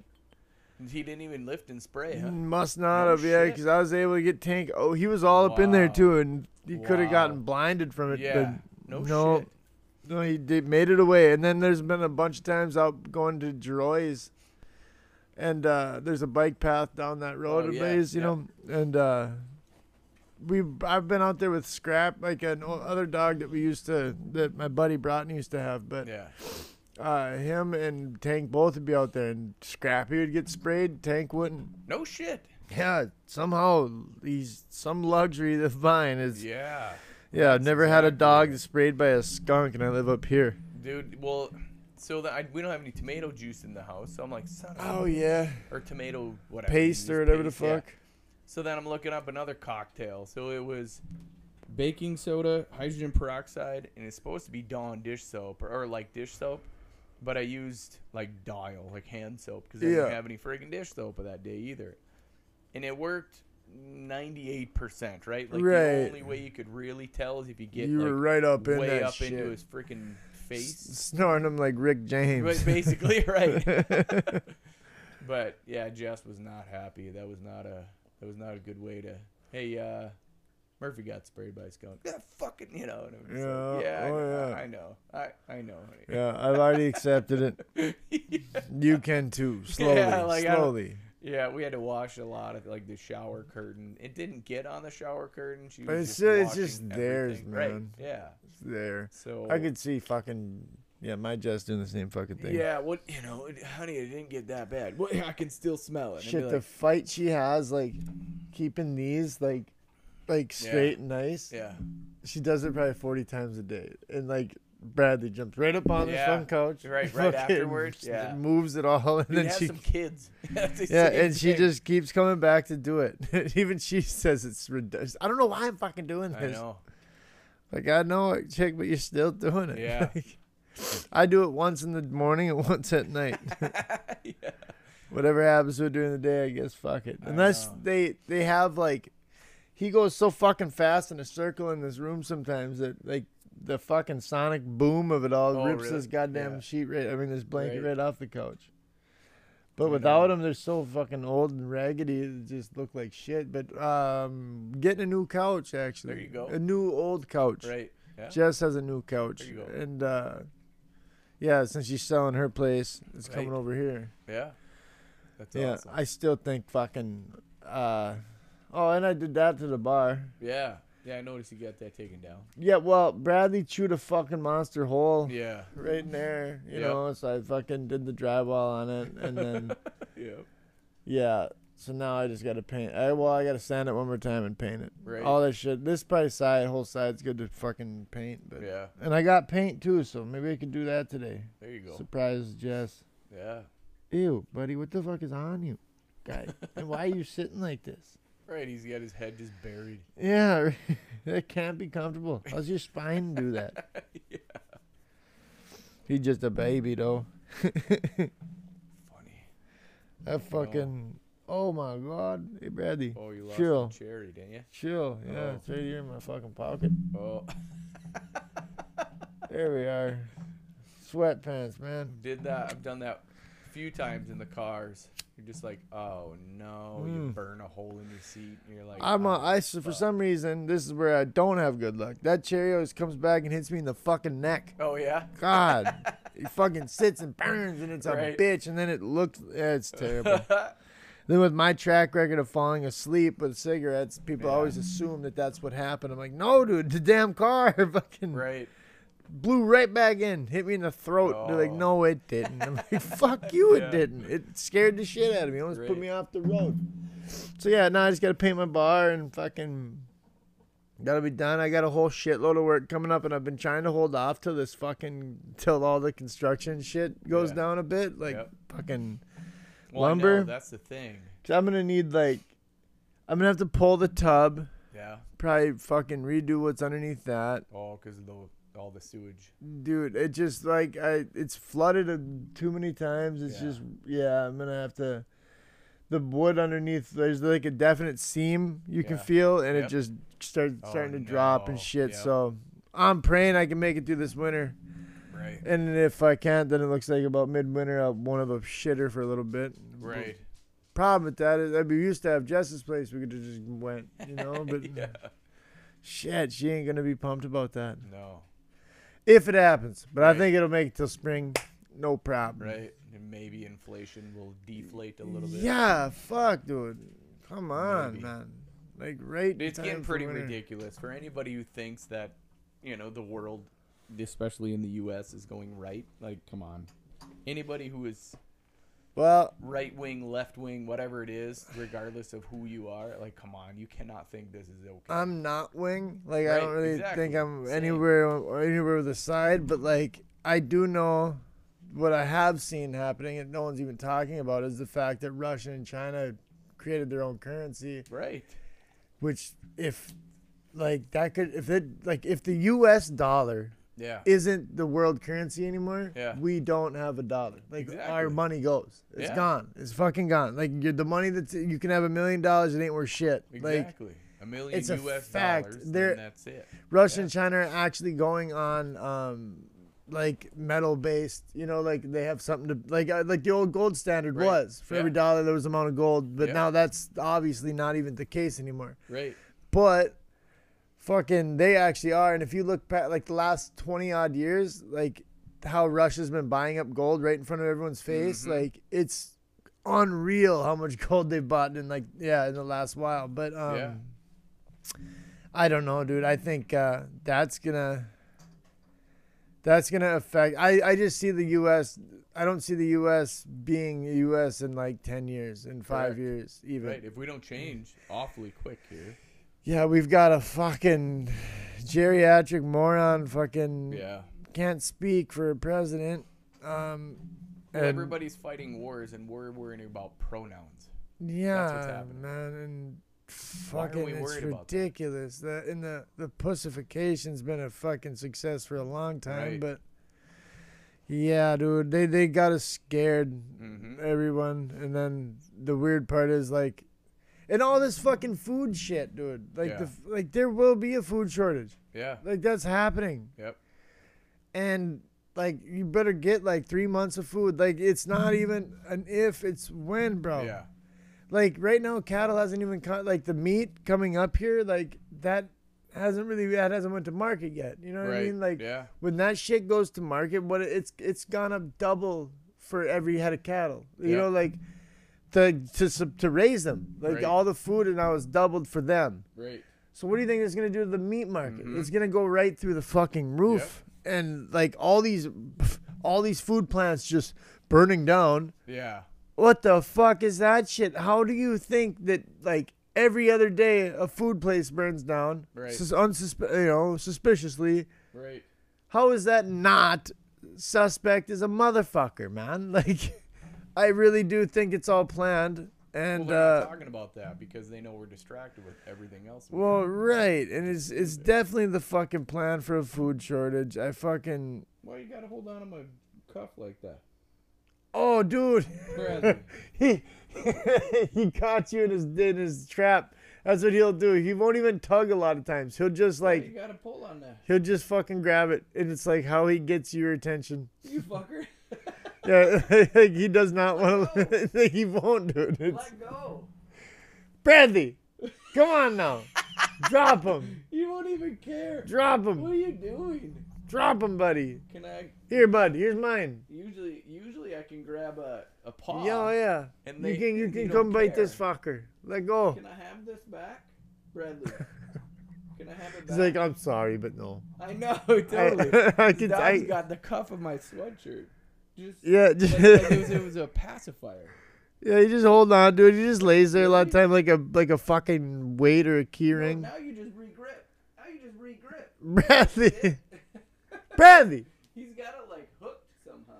Speaker 1: He didn't even lift and spray. Huh?
Speaker 3: must not
Speaker 1: No
Speaker 3: have, yeah,
Speaker 1: shit.
Speaker 3: because I was able to get Tank. Oh, he was all up in there
Speaker 1: Wow.
Speaker 3: too, and he could have
Speaker 1: Wow.
Speaker 3: gotten blinded from it.
Speaker 1: Yeah. No,
Speaker 3: But no,
Speaker 1: shit.
Speaker 3: no, he did made it away. And then there's been a bunch of times out going to Jeroy's, and uh, there's a bike path down that road
Speaker 1: Oh,
Speaker 3: a
Speaker 1: yeah,
Speaker 3: ways, you
Speaker 1: yeah.
Speaker 3: know, and uh, we I've been out there with Scrap, like an o- other dog that we used to that my buddy Broughton used to have, but
Speaker 1: Yeah.
Speaker 3: uh, him and Tank both would be out there, and Scrappy would get sprayed, Tank wouldn't.
Speaker 1: No shit.
Speaker 3: Yeah, somehow he's some luxury the vine is. Yeah,
Speaker 1: Yeah.
Speaker 3: I've never had a
Speaker 1: exactly
Speaker 3: dog
Speaker 1: right.
Speaker 3: that's sprayed by a skunk, and I live up here.
Speaker 1: Dude, well, so that I, we don't have any tomato juice in the house, so I'm like, son of a
Speaker 3: yeah,
Speaker 1: or tomato whatever you
Speaker 3: paste or
Speaker 1: use,
Speaker 3: whatever the
Speaker 1: paste, yeah.
Speaker 3: fuck.
Speaker 1: So then I'm looking up another cocktail. So it was baking soda, hydrogen peroxide, and it's supposed to be Dawn dish soap or, or like dish soap, but I used like Dial, like hand soap, because I
Speaker 3: Yeah.
Speaker 1: didn't have any friggin' dish soap of that day either, and it worked. 98%, right? Like the
Speaker 3: Right.
Speaker 1: only way you could really tell is if you get
Speaker 3: you
Speaker 1: like
Speaker 3: were right up in
Speaker 1: way
Speaker 3: that
Speaker 1: up
Speaker 3: shit.
Speaker 1: into his freaking face.
Speaker 3: S- snoring him like Rick James.
Speaker 1: But basically, right. but yeah, Jess was not happy. That was not a that was not a good way to. Hey, uh, Murphy got sprayed by a skunk. That fucking, you know. And it was like,
Speaker 3: Yeah,
Speaker 1: yeah, I
Speaker 3: oh,
Speaker 1: know,
Speaker 3: yeah.
Speaker 1: I know. I I know. honey."
Speaker 3: yeah, I've already accepted it. You can too. Slowly,
Speaker 1: like, I don't-
Speaker 3: slowly.
Speaker 1: Yeah, we had to wash a lot of like the shower curtain. It didn't get on the shower curtain. She
Speaker 3: But
Speaker 1: was just
Speaker 3: it's ju- it's
Speaker 1: washing
Speaker 3: just theirs,
Speaker 1: everything. Right,
Speaker 3: man.
Speaker 1: Yeah.
Speaker 3: there.
Speaker 1: So
Speaker 3: I could see fucking yeah, my Jess doing the same fucking thing.
Speaker 1: Yeah, what you know, it- honey, it didn't get that bad. Well, I can still smell it. And
Speaker 3: Shit,
Speaker 1: be
Speaker 3: the
Speaker 1: like,
Speaker 3: fight she has, like keeping these like like straight and nice.
Speaker 1: yeah,
Speaker 3: She does it probably forty times a day. And like Bradley jumps right up on
Speaker 1: Yeah.
Speaker 3: the front couch.
Speaker 1: Right- right
Speaker 3: fucking
Speaker 1: afterwards, yeah.
Speaker 3: Moves it all and
Speaker 1: then
Speaker 3: then
Speaker 1: has
Speaker 3: she
Speaker 1: some kids. That's the
Speaker 3: Yeah,
Speaker 1: same
Speaker 3: and she
Speaker 1: thing.
Speaker 3: just keeps coming back to do it. Even she says it's ridiculous. I don't know why I'm fucking doing
Speaker 1: I
Speaker 3: this.
Speaker 1: know.
Speaker 3: Like I know it, chick, but you're still doing it.
Speaker 1: Yeah.
Speaker 3: Like, I do it once in the morning and once at night.
Speaker 1: yeah.
Speaker 3: Whatever happens to it during the day, I guess fuck it.
Speaker 1: I
Speaker 3: Unless
Speaker 1: know.
Speaker 3: they they have like he goes so fucking fast in a circle in this room sometimes that like the fucking sonic boom of it all
Speaker 1: Oh,
Speaker 3: rips
Speaker 1: really?
Speaker 3: this goddamn
Speaker 1: Yeah.
Speaker 3: sheet right I mean this blanket
Speaker 1: Right.
Speaker 3: right, off the couch. But
Speaker 1: I
Speaker 3: without
Speaker 1: know.
Speaker 3: them, they're so fucking old and raggedy. It just look like shit. But um, getting a new couch actually.
Speaker 1: you go.
Speaker 3: A new old couch.
Speaker 1: Right. Yeah.
Speaker 3: Jess has a new couch,
Speaker 1: There you go.
Speaker 3: and uh, yeah, since she's selling her place, it's coming
Speaker 1: Right.
Speaker 3: over here.
Speaker 1: yeah. That's
Speaker 3: yeah,
Speaker 1: awesome.
Speaker 3: I still think fucking. Uh, oh, and I did that to the bar.
Speaker 1: yeah. Yeah, I noticed you got that taken down.
Speaker 3: Yeah, well, Bradley chewed a fucking monster hole
Speaker 1: Yeah.
Speaker 3: right in there, you
Speaker 1: Yep.
Speaker 3: know. So I fucking did the drywall on it, and then
Speaker 1: Yeah.
Speaker 3: yeah. So now I just gotta paint. I, well, I gotta sand it one more time and paint it.
Speaker 1: Right.
Speaker 3: All that shit. This probably side whole side's good to fucking paint, but
Speaker 1: Yeah.
Speaker 3: and I got paint too, so maybe I could do that today.
Speaker 1: There you go.
Speaker 3: Surprise, Jess.
Speaker 1: Yeah.
Speaker 3: Ew, buddy, what the fuck is on you, guy? and why are you sitting like this?
Speaker 1: Right. He's got his head just buried.
Speaker 3: Yeah, that can't be comfortable. How's your spine do that? yeah. He's just a baby, though.
Speaker 1: Oh, Funny.
Speaker 3: That fucking. Oh my god. Hey, Bradley.
Speaker 1: Oh, you lost
Speaker 3: Chill.
Speaker 1: the charity, didn't you?
Speaker 3: Chill. Yeah,
Speaker 1: Oh.
Speaker 3: it's right here in my fucking pocket.
Speaker 1: Oh,
Speaker 3: There we are. Sweatpants, man.
Speaker 1: did that. I've done that a few times in the cars. You're just like, oh no, you
Speaker 3: Mm.
Speaker 1: burn a hole in your seat, and you're like,
Speaker 3: I'm a,
Speaker 1: "Oh,
Speaker 3: I s- for
Speaker 1: fuck."
Speaker 3: some reason this is where I don't have good luck. That cherry always comes back and hits me in the fucking neck.
Speaker 1: Oh yeah.
Speaker 3: God, it fucking sits and burns, and it's a
Speaker 1: Right.
Speaker 3: bitch. And then it looked, yeah, it's terrible. then with my track record of falling asleep with cigarettes, people
Speaker 1: Yeah.
Speaker 3: always assume that that's what happened. I'm like, no, dude, the damn car fucking
Speaker 1: right.
Speaker 3: blew right back in, hit me in the throat. They're like,
Speaker 1: Oh.
Speaker 3: no, it didn't. I'm like, fuck you,
Speaker 1: Yeah.
Speaker 3: it didn't. It scared the shit out of me. It almost
Speaker 1: Right.
Speaker 3: put me off the road. So yeah, now I just gotta paint my bar and fucking. Gotta be done. I got a whole shitload of work coming up, and I've been trying to hold off till this fucking till all the construction shit goes
Speaker 1: Yeah.
Speaker 3: down a bit. Like
Speaker 1: Yep.
Speaker 3: fucking,
Speaker 1: Well, I know,
Speaker 3: Lumber.
Speaker 1: that's the thing.
Speaker 3: i I'm gonna need like, I'm gonna have to pull the tub.
Speaker 1: Yeah.
Speaker 3: Probably fucking redo what's underneath that.
Speaker 1: Oh, because of the all the sewage.
Speaker 3: dude it just like i it's flooded uh, too many times it's
Speaker 1: Yeah.
Speaker 3: just yeah i'm gonna have to the wood underneath there's like a definite seam you can
Speaker 1: Yeah.
Speaker 3: feel and
Speaker 1: Yep.
Speaker 3: it just starts
Speaker 1: Oh,
Speaker 3: starting to drop and
Speaker 1: no.
Speaker 3: shit
Speaker 1: Yep.
Speaker 3: so i'm praying i can make it through this winter
Speaker 1: Right.
Speaker 3: and if i can't then it looks like about midwinter i won't have a shitter for a little bit
Speaker 1: Right.
Speaker 3: problem with that is i'd be used to have jess's place we could have just went you know but
Speaker 1: Yeah.
Speaker 3: shit she ain't gonna be pumped about that
Speaker 1: No.
Speaker 3: if it happens. But
Speaker 1: Right.
Speaker 3: I think it'll make it till spring, no problem.
Speaker 1: Right. And maybe inflation will deflate a little bit.
Speaker 3: Yeah, fuck, dude. Come on,
Speaker 1: Maybe.
Speaker 3: man. Like right.
Speaker 1: It's
Speaker 3: time
Speaker 1: getting
Speaker 3: for
Speaker 1: pretty
Speaker 3: winter.
Speaker 1: ridiculous for anybody who thinks that, you know, the world, especially in the U.S., is going right. Like, come on. Anybody who is
Speaker 3: Well,
Speaker 1: right wing, left wing, whatever it is, regardless of who you are, like, come on, you cannot think this is okay.
Speaker 3: I'm not wing. Like I
Speaker 1: Right,
Speaker 3: don't really think
Speaker 1: exactly.
Speaker 3: I'm
Speaker 1: Same.
Speaker 3: anywhere or anywhere with a side. But like I do know what I have seen happening, and no one's even talking about, is the fact that Russia and China created their own currency.
Speaker 1: right.
Speaker 3: Which, if like that could, if it like if the U.S. dollar
Speaker 1: Yeah.
Speaker 3: isn't the world currency anymore,
Speaker 1: Yeah.
Speaker 3: we don't have a dollar. Like our
Speaker 1: Exactly.
Speaker 3: money goes. It's
Speaker 1: Yeah.
Speaker 3: gone. It's fucking gone. Like you the money that's you can have a million dollars, it ain't worth shit. Like
Speaker 1: Exactly. a million
Speaker 3: it's a
Speaker 1: U.S.
Speaker 3: fact.
Speaker 1: dollars,
Speaker 3: There-
Speaker 1: then that's it.
Speaker 3: Russia
Speaker 1: Yeah.
Speaker 3: and China are actually going on um like metal based, you know, like they have something to like uh, like the old gold standard
Speaker 1: Right.
Speaker 3: was. For every
Speaker 1: Yeah.
Speaker 3: dollar there was an amount of gold, but
Speaker 1: Yeah.
Speaker 3: now that's obviously not even the case anymore.
Speaker 1: Right.
Speaker 3: but fucking they actually are and if you look back like the last 20 odd
Speaker 1: Mm-hmm.
Speaker 3: years like how russia's been buying up gold right in front of everyone's face like it's unreal how much gold they've bought in like yeah in the last while. But um,
Speaker 1: yeah.
Speaker 3: I don't know, dude. I think uh, that's gonna that's gonna affect. I I just see the U.S. I don't see the U.S. being U.S. in like ten years, in five
Speaker 1: Correct.
Speaker 3: years, even.
Speaker 1: Right. If we don't change awfully quick here.
Speaker 3: Yeah, we've got a fucking geriatric moron, fucking
Speaker 1: Yeah.
Speaker 3: can't speak for president. Um, and
Speaker 1: Everybody's fighting wars and we're worrying about pronouns.
Speaker 3: yeah,
Speaker 1: what's happening.
Speaker 3: man, and
Speaker 1: Why are
Speaker 3: fucking
Speaker 1: we
Speaker 3: it's
Speaker 1: worried about that?
Speaker 3: ridiculous. The and the the pussification's been a fucking success for a long
Speaker 1: Right.
Speaker 3: time, but yeah, dude, they they got us scared.
Speaker 1: Mhm.
Speaker 3: everyone. And then the weird part is like, and all this fucking food shit, dude. Like
Speaker 1: Yeah.
Speaker 3: the f- like there will be a food shortage.
Speaker 1: Yeah.
Speaker 3: Like that's happening.
Speaker 1: Yep.
Speaker 3: And like you better get like three months of food. Like it's not even an if, it's when, bro.
Speaker 1: Yeah.
Speaker 3: Like right now, cattle hasn't even caught like the meat coming up here. Like that hasn't really that hasn't went to market yet. You know what
Speaker 1: Right.
Speaker 3: I mean? Like
Speaker 1: yeah.
Speaker 3: when that shit goes to market, what it- it's it's gone up double for every head of cattle. You
Speaker 1: Yeah.
Speaker 3: know, like to to sup- to raise them, like
Speaker 1: Right.
Speaker 3: all the food and now is doubled for them.
Speaker 1: Right.
Speaker 3: So what do you think it's gonna do to the meat market?
Speaker 1: Mhm.
Speaker 3: It's gonna go right through the fucking roof, and like all these all these food plants just burning down.
Speaker 1: Yeah.
Speaker 3: What the fuck is that shit? How do you think that like every other day a food place burns down,
Speaker 1: Right.
Speaker 3: sus- unsusp- you know, suspiciously?
Speaker 1: Right.
Speaker 3: how is that not suspect as a motherfucker, man? Like, I really do think it's all planned.
Speaker 1: Well,
Speaker 3: And
Speaker 1: they're not
Speaker 3: uh,
Speaker 1: talking about that because they know we're distracted with everything else. we
Speaker 3: well,
Speaker 1: do.
Speaker 3: right, and it's it's definitely the fucking plan for a food shortage. I fucking
Speaker 1: why you gotta hold on to my cuff like that?
Speaker 3: oh, dude,
Speaker 1: Bradley.
Speaker 3: he he caught you in his in his trap. That's what he'll do. He won't even tug a lot of times. He'll just
Speaker 1: why you
Speaker 3: like
Speaker 1: gotta pull on that,
Speaker 3: he'll just fucking grab it, and it's like how he gets your attention.
Speaker 1: you fucker.
Speaker 3: Yeah, like he does not want to. like he won't, dude. It's,
Speaker 1: Let go.
Speaker 3: Bradley, come on now. Drop him.
Speaker 1: You won't even care.
Speaker 3: Drop
Speaker 1: What are
Speaker 3: him.
Speaker 1: you doing?
Speaker 3: Drop him, buddy.
Speaker 1: Can I?
Speaker 3: Here, bud. Here's mine.
Speaker 1: Usually, usually I can grab a a paw.
Speaker 3: Yeah, yeah.
Speaker 1: And
Speaker 3: you
Speaker 1: they-
Speaker 3: can you
Speaker 1: and
Speaker 3: can
Speaker 1: don't
Speaker 3: come bite this
Speaker 1: care.
Speaker 3: fucker. oh. Let go.
Speaker 1: Can I have this back, Bradley? Can I have it
Speaker 3: He's
Speaker 1: back?
Speaker 3: like, I'm sorry, but no.
Speaker 1: I know totally.
Speaker 3: I, I
Speaker 1: His
Speaker 3: can.
Speaker 1: dog's
Speaker 3: I,
Speaker 1: got the cuff of my sweatshirt. Just
Speaker 3: yeah,
Speaker 1: like, like it was it was a pacifier.
Speaker 3: yeah. You just hold on, dude. He just lays there a lot of time, like a like a fucking weight or a key
Speaker 1: No,
Speaker 3: ring.
Speaker 1: now you just regrip. Now you just regrip.
Speaker 3: Bradley, Bradley.
Speaker 1: He's got it like hooked somehow.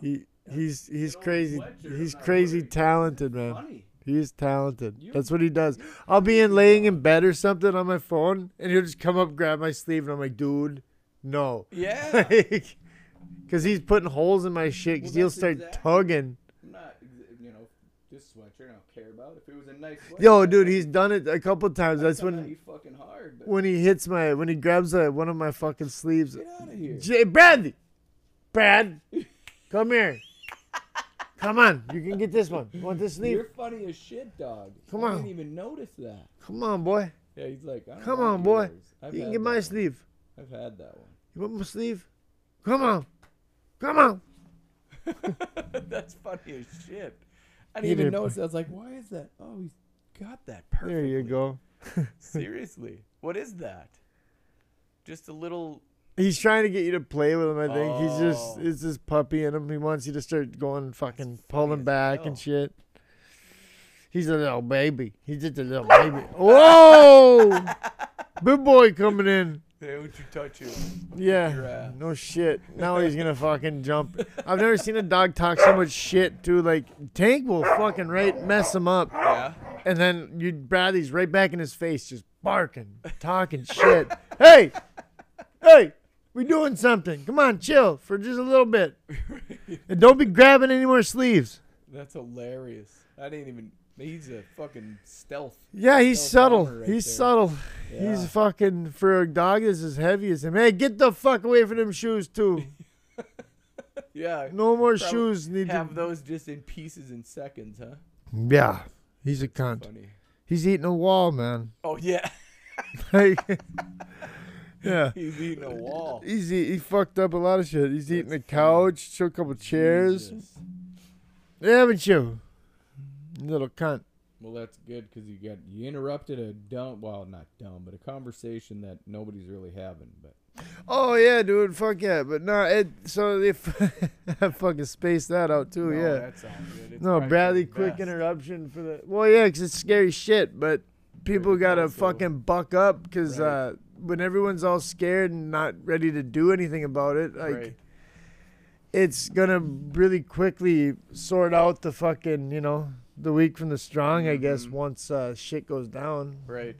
Speaker 3: He he's he's
Speaker 1: old
Speaker 3: crazy.
Speaker 1: Fletcher,
Speaker 3: He's
Speaker 1: I'm not
Speaker 3: crazy
Speaker 1: worried.
Speaker 3: talented, man.
Speaker 1: Funny.
Speaker 3: He is talented.
Speaker 1: You-
Speaker 3: That's what he does. I'll be in laying in bed or something on my phone, and he'll just come up, grab my sleeve, and I'm like, dude, no.
Speaker 1: Yeah.
Speaker 3: Because he's putting holes in my shit, because
Speaker 1: Well,
Speaker 3: he'll
Speaker 1: that's
Speaker 3: start
Speaker 1: exactly-
Speaker 3: tugging.
Speaker 1: I'm not, exa- you know, this sweatshirt I don't care about. If it was a nice sweatshirt,
Speaker 3: Yo,
Speaker 1: I'd
Speaker 3: dude,
Speaker 1: like,
Speaker 3: he's done it a couple times.
Speaker 1: "I'd
Speaker 3: That's
Speaker 1: come at
Speaker 3: when
Speaker 1: you fucking hard. But
Speaker 3: when he hits my, when he grabs uh one of my fucking sleeves.
Speaker 1: get out of here.
Speaker 3: Jay, Bradley! Brad, come here. Come on, you can get this one. You want this
Speaker 1: You're
Speaker 3: sleeve?
Speaker 1: funny as shit, dog.
Speaker 3: Come
Speaker 1: I
Speaker 3: on.
Speaker 1: didn't even notice that.
Speaker 3: Come on, boy.
Speaker 1: Yeah, he's like, I don't
Speaker 3: Come
Speaker 1: want
Speaker 3: on, boy.
Speaker 1: yours. I've
Speaker 3: You can
Speaker 1: had
Speaker 3: get my
Speaker 1: that
Speaker 3: sleeve.
Speaker 1: One. I've had that one.
Speaker 3: You want my sleeve? Come on. Come on.
Speaker 1: That's funny as shit. I didn't
Speaker 3: He
Speaker 1: even
Speaker 3: did-
Speaker 1: notice. I was like, why is that? Oh, he's got that perfect.
Speaker 3: There you go.
Speaker 1: Seriously, what is that? Just a little.
Speaker 3: He's trying to get you to play with him, I think. He's
Speaker 1: Oh.
Speaker 3: just it's this puppy in him. He wants you to start going fucking
Speaker 1: as
Speaker 3: pulling back
Speaker 1: hell.
Speaker 3: and shit. He's a little baby. He's just a little baby. Whoa! Big boy coming in.
Speaker 1: Hey, would you touch him? Your
Speaker 3: Yeah.
Speaker 1: ass.
Speaker 3: No shit. Now he's gonna fucking jump. I've never seen a dog talk so much shit too. Like Tank will fucking right mess him up.
Speaker 1: Yeah.
Speaker 3: And then you Bradley's right back in his face, just barking, talking shit. hey, hey, we doing something. Come on, chill for just a little bit. And don't be grabbing any more sleeves.
Speaker 1: That's hilarious. I didn't even. He's a fucking stealth.
Speaker 3: Yeah, he's
Speaker 1: Little
Speaker 3: subtle.
Speaker 1: bomber right
Speaker 3: he's
Speaker 1: there.
Speaker 3: subtle.
Speaker 1: Yeah.
Speaker 3: He's fucking for a dog that's as heavy as him. Hey, get the fuck away from them shoes too.
Speaker 1: Yeah.
Speaker 3: No more
Speaker 1: Probably
Speaker 3: shoes need to
Speaker 1: Have those just in pieces in seconds, huh?
Speaker 3: Yeah. He's a cunt.
Speaker 1: Funny.
Speaker 3: He's eating a wall, man.
Speaker 1: Oh yeah,
Speaker 3: Like Yeah.
Speaker 1: he's eating a wall.
Speaker 3: He's eat, he fucked up a lot of shit. He's eating a
Speaker 1: That's
Speaker 3: couch, took a couple chairs.
Speaker 1: Jesus.
Speaker 3: Haven't you? You Little cunt.
Speaker 1: Well, that's good because you got you interrupted a dumb, well, not dumb, but a conversation that nobody's really having. But
Speaker 3: Oh yeah, dude. Fuck yeah. But no, it. So they f- I fucking spaced that out too. yeah.
Speaker 1: that sounds good. It's
Speaker 3: No,
Speaker 1: probably
Speaker 3: Bradley,
Speaker 1: the
Speaker 3: quick
Speaker 1: best.
Speaker 3: interruption for the. Well, yeah, 'cause it's scary shit, but people
Speaker 1: it's
Speaker 3: gotta
Speaker 1: also-
Speaker 3: fucking buck up because
Speaker 1: Right.
Speaker 3: uh, when everyone's all scared and not ready to do anything about it, like
Speaker 1: Right.
Speaker 3: it's gonna really quickly sort out the fucking you know the weak from the strong. I guess
Speaker 1: Mhm.
Speaker 3: once uh, shit goes down,
Speaker 1: Right.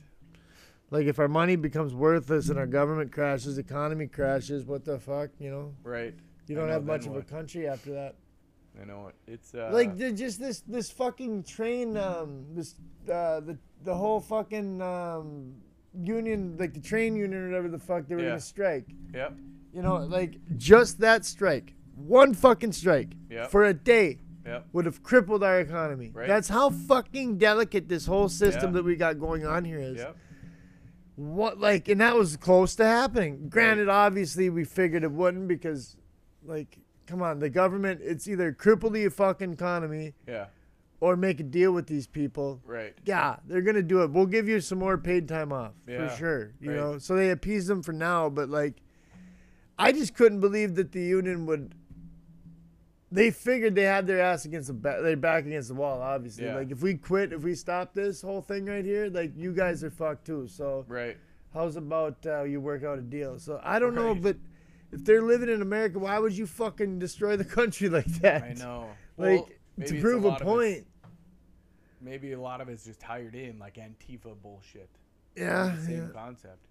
Speaker 3: like if our money becomes worthless and our
Speaker 1: Mm.
Speaker 3: government crashes, economy crashes, what the fuck, you know?
Speaker 1: Right.
Speaker 3: You
Speaker 1: I
Speaker 3: don't
Speaker 1: know,
Speaker 3: have
Speaker 1: then
Speaker 3: much of a
Speaker 1: what?
Speaker 3: country after that.
Speaker 1: I know it. It's uh,
Speaker 3: like the, just this this fucking train um this uh the the whole fucking um union like the train union or whatever the fuck they were
Speaker 1: Yeah.
Speaker 3: gonna strike
Speaker 1: yep.
Speaker 3: you know like just that strike one fucking strike
Speaker 1: Yep.
Speaker 3: for a day
Speaker 1: Yep.
Speaker 3: would have crippled our economy
Speaker 1: Right.
Speaker 3: that's how fucking delicate this whole system
Speaker 1: Yeah.
Speaker 3: that we got going on here is
Speaker 1: Yep.
Speaker 3: what like and that was close to happening granted obviously we figured it wouldn't because like come on the government it's either cripple the fucking economy
Speaker 1: Yeah.
Speaker 3: or make a deal with these people.
Speaker 1: Right.
Speaker 3: Yeah, they're gonna do it. We'll give you some more paid time off
Speaker 1: Yeah,
Speaker 3: for sure. You
Speaker 1: right.
Speaker 3: know, so they appease them for now, but like, I just couldn't believe that the union would. They figured they had their ass against the back, their back against the wall. Obviously,
Speaker 1: Yeah.
Speaker 3: like if we quit, if we stop this whole thing right here, like you guys are fucked too. So
Speaker 1: Right.
Speaker 3: how's about uh, you work out a deal? So I don't know,
Speaker 1: Right.
Speaker 3: but if they're living in America, why would you fucking destroy the country like that?
Speaker 1: I know. Well,
Speaker 3: Like
Speaker 1: maybe
Speaker 3: to
Speaker 1: it's
Speaker 3: prove a
Speaker 1: lot of it's-
Speaker 3: point.
Speaker 1: Maybe a lot of it's just hired in, like Antifa bullshit.
Speaker 3: Yeah,
Speaker 1: the same
Speaker 3: yeah,
Speaker 1: concept.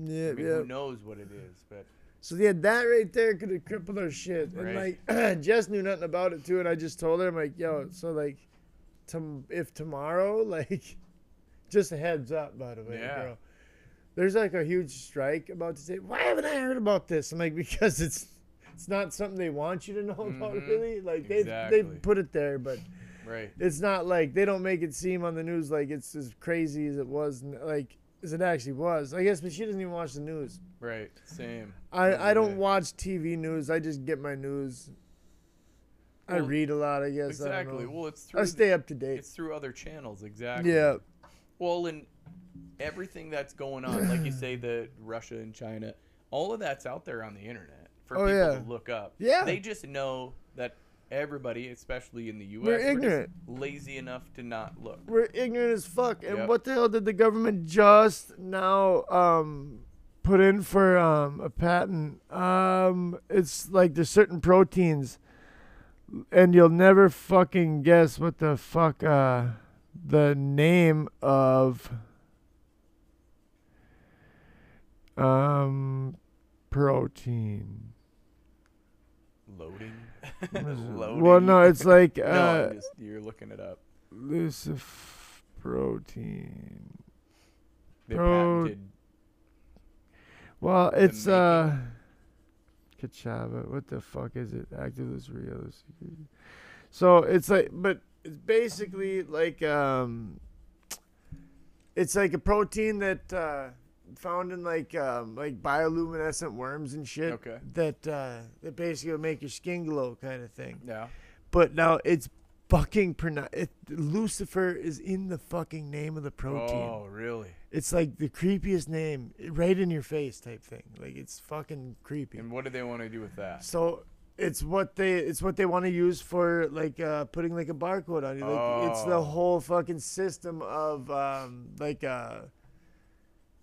Speaker 3: yeah,
Speaker 1: I mean,
Speaker 3: yeah.
Speaker 1: who knows what it is? But
Speaker 3: So yeah, that right there could have crippled our shit. And
Speaker 1: Right.
Speaker 3: like Jess knew nothing about it too, and I just told her, I'm like, yo, so like, tom- if tomorrow, like, just a heads up, by the way,
Speaker 1: Yeah.
Speaker 3: girl. There's like a huge strike about to take. Why haven't I heard about this? I'm like, because it's it's not something they want you to know about,
Speaker 1: Mhm.
Speaker 3: really. Like they they
Speaker 1: Exactly.
Speaker 3: put it there, but
Speaker 1: right.
Speaker 3: it's not like they don't make it seem on the news like it's as crazy as it was, like as it actually was. I guess, but she doesn't even watch the news.
Speaker 1: Right. Same.
Speaker 3: I, I
Speaker 1: Yeah.
Speaker 3: don't watch TV news. I just get my news. I
Speaker 1: Well,
Speaker 3: read a lot, I guess. I,
Speaker 1: Exactly.
Speaker 3: don't know.
Speaker 1: Well, it's through.
Speaker 3: I
Speaker 1: the-
Speaker 3: stay up to date.
Speaker 1: It's through other channels. Exactly.
Speaker 3: Yeah.
Speaker 1: Well, and everything that's going on, like you say, the Russia and China, all of that's out there on the internet for
Speaker 3: Oh,
Speaker 1: people
Speaker 3: yeah.
Speaker 1: to look up.
Speaker 3: Yeah.
Speaker 1: They just know that everybody, especially in the U.S.,
Speaker 3: They're
Speaker 1: we're just
Speaker 3: ignorant.
Speaker 1: lazy enough to not look.
Speaker 3: We're ignorant as fuck. And
Speaker 1: Yep.
Speaker 3: what the hell did the government just now um, put in for um, a patent? Um, it's like there's certain proteins, and you'll never fucking guess what the fuck uh, the name of. Um, protein.
Speaker 1: Loading.
Speaker 3: What is it?
Speaker 1: Loading.
Speaker 3: Well, no, it's like
Speaker 1: No,
Speaker 3: uh,
Speaker 1: I'm just, you're looking it up.
Speaker 3: lucif protein.
Speaker 1: They
Speaker 3: Pro-
Speaker 1: patented.
Speaker 3: Well, it's
Speaker 1: making-
Speaker 3: uh, Kachava. What the fuck is it? Active Luceria. So it's like, but it's basically like um, it's like a protein that uh, found in like um, like bioluminescent worms and shit.
Speaker 1: Okay.
Speaker 3: That uh, that basically will make your skin glow, kind of thing.
Speaker 1: Yeah.
Speaker 3: But now it's fucking pronounced. It, Lucifer is in the fucking name of the protein.
Speaker 1: Oh, really?
Speaker 3: It's like the creepiest name, right in your face type thing. Like it's fucking creepy.
Speaker 1: And what do they want to do with that?
Speaker 3: So it's what they it's what they want to use for like uh, putting like a barcode on you. Like it's the
Speaker 1: Oh.
Speaker 3: whole fucking system of um, like uh,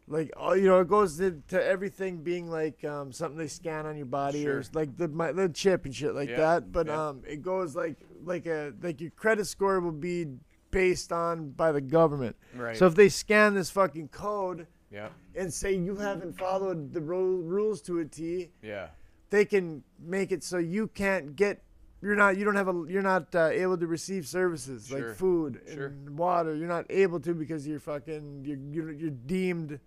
Speaker 3: like all you know it goes to, to everything being like um, something they scan on your body or
Speaker 1: Sure.
Speaker 3: s- like the my, the chip and shit like
Speaker 1: Yeah,
Speaker 3: that. But
Speaker 1: yeah.
Speaker 3: um, it goes like like a like your credit score will be based on by the government.
Speaker 1: Right.
Speaker 3: So if they scan this fucking code
Speaker 1: yeah.
Speaker 3: and say you haven't followed the ro- rules to a T,
Speaker 1: Yeah.
Speaker 3: they can make it so you can't get you're not you don't have a you're not uh, able to receive services
Speaker 1: Sure.
Speaker 3: like food
Speaker 1: Sure.
Speaker 3: and water you're not able to because you're fucking you're you're, you're deemed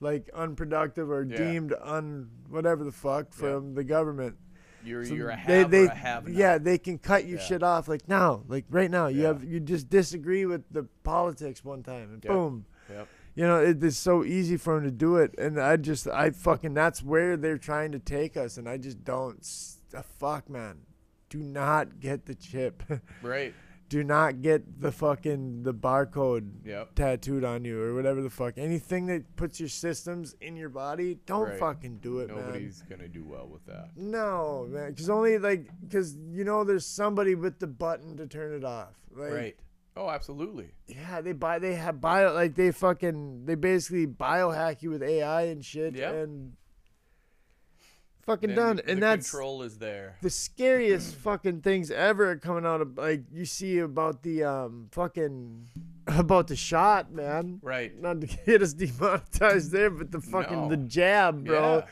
Speaker 3: like unproductive or
Speaker 1: Yeah.
Speaker 3: deemed un whatever the fuck from the government
Speaker 1: You're
Speaker 3: So
Speaker 1: you're a
Speaker 3: they,
Speaker 1: have
Speaker 3: they
Speaker 1: or a have not.
Speaker 3: yeah they can cut your
Speaker 1: Yeah.
Speaker 3: shit off like now like right now you
Speaker 1: Yeah.
Speaker 3: have you just disagree with the politics one time and
Speaker 1: Yep.
Speaker 3: boom
Speaker 1: Yep.
Speaker 3: you know it is so easy for him to do it and i just i fucking that's where they're trying to take us and i just don't s- uh, fuck man do not get the chip.
Speaker 1: Right.
Speaker 3: do not get the fucking the barcode
Speaker 1: Yep.
Speaker 3: tattooed on you or whatever the fuck. Anything that puts your systems in your body, don't
Speaker 1: Right.
Speaker 3: fucking do it, man.
Speaker 1: Nobody's gonna do well with that.
Speaker 3: No, man, because only like because you know there's somebody with the button to turn it off. Like,
Speaker 1: Right. Oh, absolutely.
Speaker 3: Yeah, they buy they have bio like they fucking they basically biohack you with AI and shit
Speaker 1: Yeah.
Speaker 3: and fucking
Speaker 1: Then
Speaker 3: done.
Speaker 1: the-
Speaker 3: and
Speaker 1: the
Speaker 3: that's
Speaker 1: control is there.
Speaker 3: the scariest fucking things ever are coming out of like you see about the um fucking about the shot, man.
Speaker 1: Right.
Speaker 3: Not to get us demonetized there, but the fucking the
Speaker 1: No.
Speaker 3: jab, bro,
Speaker 1: Yeah.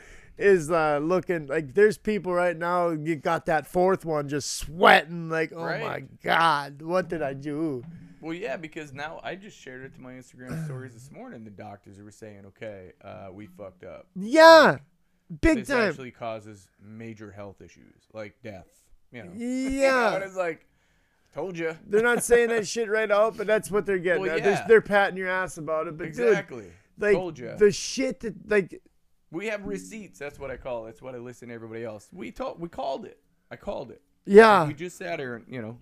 Speaker 3: is uh looking like there's people right now you got that fourth one just sweating like, oh my
Speaker 1: Right.
Speaker 3: god, what did I do?
Speaker 1: Well, yeah, because now I just shared it to my Instagram stories this morning. The doctors were saying, "Okay, uh, we fucked up.
Speaker 3: Yeah. Big
Speaker 1: This
Speaker 3: time.
Speaker 1: actually causes major health issues, like death. You know."
Speaker 3: Yeah.
Speaker 1: and it's like, told you.
Speaker 3: They're not saying that shit right out, but that's what they're getting.
Speaker 1: Well,
Speaker 3: at. They're-
Speaker 1: yeah.
Speaker 3: They're, patting your ass about it, but
Speaker 1: Exactly.
Speaker 3: dude, like
Speaker 1: told you.
Speaker 3: the shit that like
Speaker 1: we have receipts. That's what I call. it. That's what I listen to everybody else. We told. We called it. I called it.
Speaker 3: yeah,
Speaker 1: we just sat here, and, you know,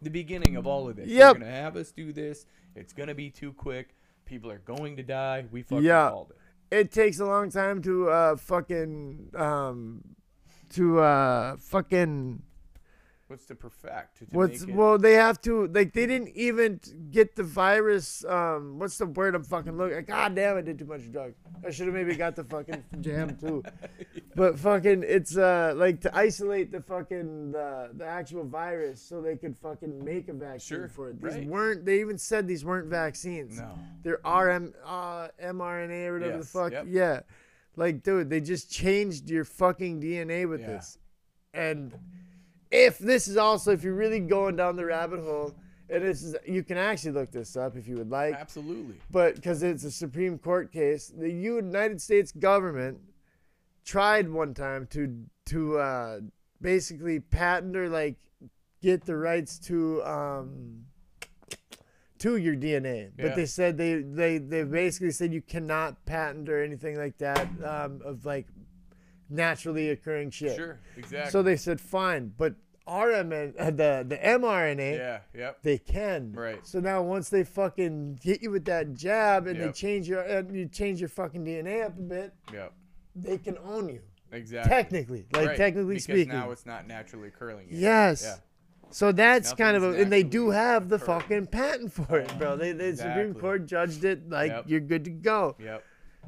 Speaker 1: the beginning of all of this.
Speaker 3: Ah. Yep.
Speaker 1: You're gonna have us do this. It's gonna be too quick. People are going to die. We fucking
Speaker 3: Yeah.
Speaker 1: called it.
Speaker 3: it takes a long time to uh fucking um to uh fucking
Speaker 1: What's to perfect? To, to
Speaker 3: what's
Speaker 1: make it-
Speaker 3: well they have to like they didn't even get the virus um what's the word I'm fucking looking god damn I did too much drugs I should have maybe got the fucking jam too but fucking it's uh like to isolate the fucking the, the actual virus so they could fucking make a vaccine
Speaker 1: Sure,
Speaker 3: for it these
Speaker 1: right.
Speaker 3: weren't they even said these weren't vaccines
Speaker 1: No.
Speaker 3: they're RM uh, mRNA or whatever
Speaker 1: Yes,
Speaker 3: the fuck
Speaker 1: yep.
Speaker 3: yeah like dude they just changed your fucking DNA with
Speaker 1: Yeah.
Speaker 3: this and if this is also if you're really going down the rabbit hole and this is you can actually look this up if you would like
Speaker 1: Absolutely.
Speaker 3: but because it's a Supreme Court case, the United States government tried one time to to uh, basically patent or like get the rights to um, to your DNA,
Speaker 1: Yeah.
Speaker 3: but they said they they they basically said you cannot patent or anything like that um, of like naturally occurring shit.
Speaker 1: Sure. Exactly.
Speaker 3: So they said fine, but RMN uh, the the mRNA
Speaker 1: Yeah. Yep.
Speaker 3: they can.
Speaker 1: Right.
Speaker 3: So now once they fucking hit you with that jab and they
Speaker 1: Yep.
Speaker 3: change your and you change your fucking DNA up a bit,
Speaker 1: Yep.
Speaker 3: they can own you
Speaker 1: Exactly.
Speaker 3: technically, like
Speaker 1: Right,
Speaker 3: technically
Speaker 1: because
Speaker 3: speaking.
Speaker 1: now it's not naturally curling. yet.
Speaker 3: Yes.
Speaker 1: Yeah.
Speaker 3: so that's kind of a,
Speaker 1: Nothing's
Speaker 3: and they do
Speaker 1: naturally
Speaker 3: have the
Speaker 1: occurring.
Speaker 3: fucking patent for it, bro. They, the Supreme
Speaker 1: Exactly.
Speaker 3: Court judged it like
Speaker 1: Yep.
Speaker 3: you're good to go.
Speaker 1: Yep.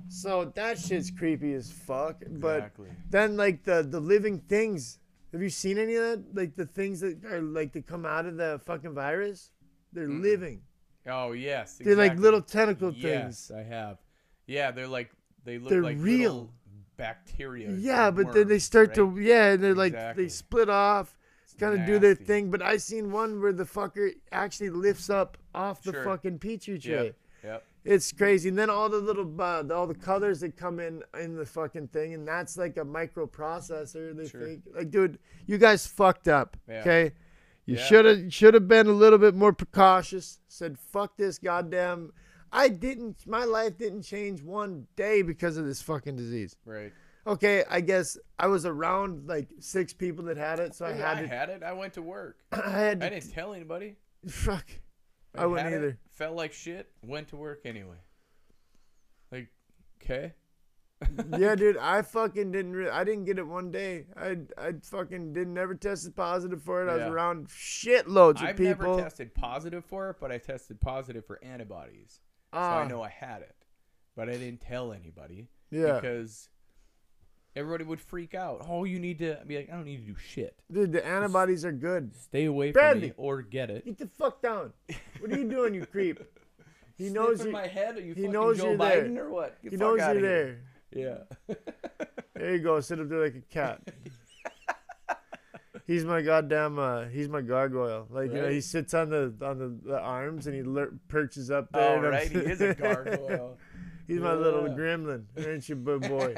Speaker 3: So that shit's creepy as fuck. But
Speaker 1: Exactly.
Speaker 3: then like the the living things, have you seen any of that? Like the things that are like that come out of the fucking virus, they're living.
Speaker 1: Oh yes.
Speaker 3: They're like
Speaker 1: exactly.
Speaker 3: little tentacle
Speaker 1: Yes,
Speaker 3: things.
Speaker 1: I have. Yeah, they're like they look
Speaker 3: They're
Speaker 1: like
Speaker 3: real.
Speaker 1: little bacteria.
Speaker 3: Yeah, but then they start to yeah, and they're like
Speaker 1: Exactly.
Speaker 3: they split off, kind of do their
Speaker 1: nasty.
Speaker 3: thing. But I seen one where the fucker actually lifts up off the
Speaker 1: Sure.
Speaker 3: fucking petri tray.
Speaker 1: Yep. Yep.
Speaker 3: It's crazy. And then all the little uh, all the colors that come in in the fucking thing, and that's like a microprocessor. They
Speaker 1: Sure.
Speaker 3: think like, dude, you guys fucked up.
Speaker 1: Yeah.
Speaker 3: Okay. You
Speaker 1: Yeah.
Speaker 3: should have should have been a little bit more precautious. Said fuck this goddamn. I didn't. My life didn't change one day because of this fucking disease.
Speaker 1: Right.
Speaker 3: Okay, I guess I was around like six people that had it, so I
Speaker 1: Dude,
Speaker 3: had to.
Speaker 1: had it. I went to work.
Speaker 3: I had
Speaker 1: I
Speaker 3: to.
Speaker 1: didn't tell anybody.
Speaker 3: Fuck. I wouldn't
Speaker 1: had it,
Speaker 3: either.
Speaker 1: Felt like shit. Went to work anyway. Like, okay.
Speaker 3: yeah, dude, I fucking didn't. Re- I didn't get it one day. I I fucking didn't ever tested positive for it. I was
Speaker 1: Yeah.
Speaker 3: around shitloads of
Speaker 1: I've
Speaker 3: people.
Speaker 1: never tested positive for it, but I tested positive for antibodies, so
Speaker 3: Ah.
Speaker 1: I know I had it, but I didn't tell anybody
Speaker 3: Yeah.
Speaker 1: because everybody would freak out. Oh, you need to be like, I don't need to do shit.
Speaker 3: dude, the antibodies are good.
Speaker 1: Stay away from
Speaker 3: Brandy.
Speaker 1: me or get it.
Speaker 3: Get the fuck down. What are you doing, you creep? He knows
Speaker 1: Sniffing
Speaker 3: you.
Speaker 1: my head. Are you
Speaker 3: he
Speaker 1: fucking
Speaker 3: knows
Speaker 1: Joe
Speaker 3: you're there.
Speaker 1: Biden or what? Get
Speaker 3: He
Speaker 1: the
Speaker 3: knows
Speaker 1: fuck outta
Speaker 3: you're
Speaker 1: here.
Speaker 3: there.
Speaker 1: Yeah.
Speaker 3: There you go. Sit up there like a cat. he's my goddamn. Uh, he's my gargoyle. Like you know,
Speaker 1: Right.
Speaker 3: he sits on the on the, the arms and he lur- perches up there.
Speaker 1: All
Speaker 3: and
Speaker 1: Oh,
Speaker 3: I'm-
Speaker 1: right, he is a gargoyle.
Speaker 3: he's my little
Speaker 1: Yeah.
Speaker 3: gremlin. Aren't you, big boy?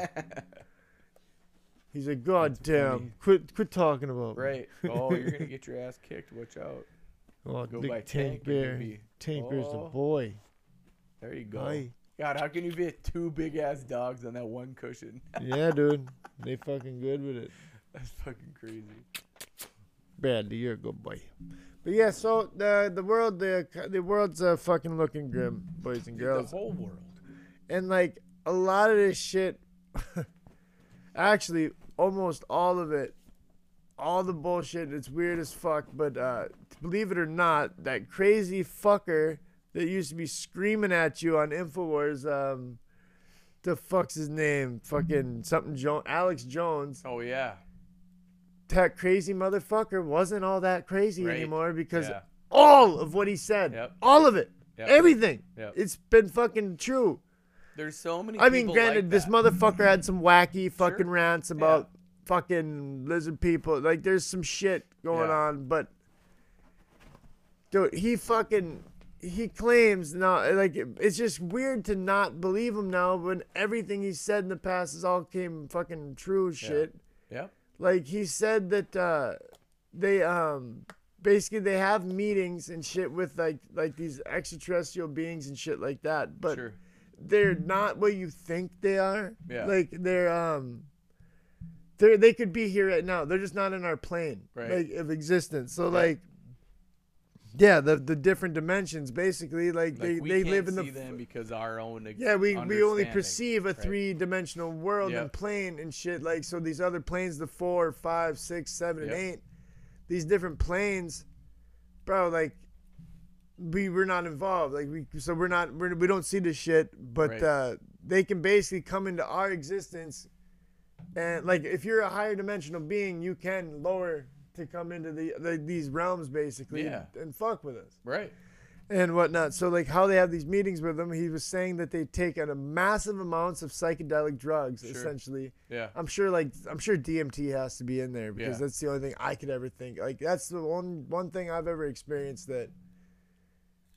Speaker 3: He's like, goddamn. Quit quit talking about. me."
Speaker 1: Right. Oh, you're gonna get your ass kicked. Watch out.
Speaker 3: Oh,
Speaker 1: Go
Speaker 3: big
Speaker 1: by
Speaker 3: Tank
Speaker 1: Tank and you'll
Speaker 3: Bear.
Speaker 1: be-
Speaker 3: Tank Bear's
Speaker 1: Oh.
Speaker 3: a boy.
Speaker 1: There you go.
Speaker 3: Aye.
Speaker 1: God, how can you fit two big ass dogs on that one cushion?
Speaker 3: Yeah, dude. They fucking good with it.
Speaker 1: That's fucking crazy.
Speaker 3: Bradley, you're a good boy. But yeah, so the the world the the world's uh, fucking looking grim, boys and
Speaker 1: The
Speaker 3: girls,
Speaker 1: whole world.
Speaker 3: and like a lot of this shit, actually almost all of it, all the bullshit. It's weird as fuck, but uh, believe it or not, that crazy fucker that used to be screaming at you on Infowars, um, the fuck's his name? Fucking something Jones, Alex Jones
Speaker 1: Oh yeah.
Speaker 3: that crazy motherfucker wasn't all that crazy
Speaker 1: Right.
Speaker 3: anymore because
Speaker 1: Yeah.
Speaker 3: all of what he said,
Speaker 1: Yep.
Speaker 3: all of it,
Speaker 1: Yep.
Speaker 3: everything,
Speaker 1: Yep.
Speaker 3: it's been fucking true.
Speaker 1: There's so many.
Speaker 3: I mean,
Speaker 1: people
Speaker 3: granted,
Speaker 1: like
Speaker 3: this
Speaker 1: that.
Speaker 3: motherfucker had some wacky fucking
Speaker 1: Sure.
Speaker 3: rants about fucking lizard people. Like, there's some shit going
Speaker 1: Yeah.
Speaker 3: on, but dude, he fucking he claims now. Like, it- it's just weird to not believe him now when everything he said in the past is all came fucking true shit
Speaker 1: Yep.
Speaker 3: like he said that uh they um basically they have meetings and shit with like like these extraterrestrial beings and shit like that but
Speaker 1: Sure.
Speaker 3: they're not what you think they are
Speaker 1: Yeah.
Speaker 3: like they're um they're they could be here right now they're just not in our plane
Speaker 1: Right.
Speaker 3: like of existence so like yeah the the different dimensions basically like,
Speaker 1: Like,
Speaker 3: they
Speaker 1: we
Speaker 3: they
Speaker 1: can't
Speaker 3: live in the
Speaker 1: see them because our own.
Speaker 3: yeah, we, we only
Speaker 1: understanding.
Speaker 3: perceive a three dimensional world
Speaker 1: Yep.
Speaker 3: and plane and shit. Like, so these other planes, the four, five, six, seven,
Speaker 1: Yep.
Speaker 3: and eight, these different planes, bro, like, we, we're not involved. Like, we, so we're not, we're, we don't see this shit, but
Speaker 1: Right.
Speaker 3: uh, they can basically come into our existence. And, like, if you're a higher dimensional being, you can lower to come into the, the these realms, basically,
Speaker 1: Yeah.
Speaker 3: and fuck with us
Speaker 1: Right.
Speaker 3: and whatnot. So like how they have these meetings with him, he was saying that they take on a massive amounts of psychedelic drugs,
Speaker 1: Sure.
Speaker 3: essentially.
Speaker 1: Yeah.
Speaker 3: I'm sure like I'm sure DMT has to be in there because
Speaker 1: Yeah.
Speaker 3: that's the only thing I could ever think. Like that's the one one thing I've ever experienced that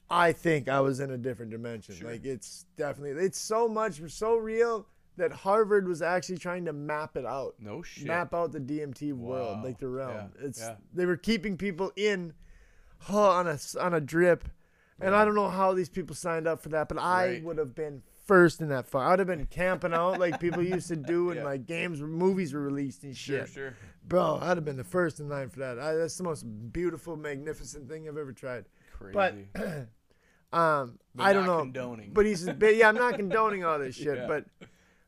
Speaker 3: I think I was in a different dimension.
Speaker 1: Sure.
Speaker 3: Like it's definitely it's so much so real that Harvard was actually trying to map it out
Speaker 1: No shit.
Speaker 3: map out the DMT world,
Speaker 1: Wow.
Speaker 3: like the realm.
Speaker 1: Yeah,
Speaker 3: It's
Speaker 1: yeah.
Speaker 3: they were keeping people in huh, on a s- on a drip, and I don't know how these people signed up for that, but I
Speaker 1: Right.
Speaker 3: would have been first in that fight. I'd have been camping out like people used to do when
Speaker 1: Yeah.
Speaker 3: like games, movies were released and
Speaker 1: Sure.
Speaker 3: shit.
Speaker 1: Sure.
Speaker 3: Bro, I'd have been the first in line for that. I, that's the most beautiful, magnificent thing I've ever tried.
Speaker 1: Crazy.
Speaker 3: But- Um,
Speaker 1: But
Speaker 3: I don't
Speaker 1: not
Speaker 3: know.
Speaker 1: Condoning.
Speaker 3: But he's but yeah, I'm not condoning all this shit,
Speaker 1: Yeah.
Speaker 3: but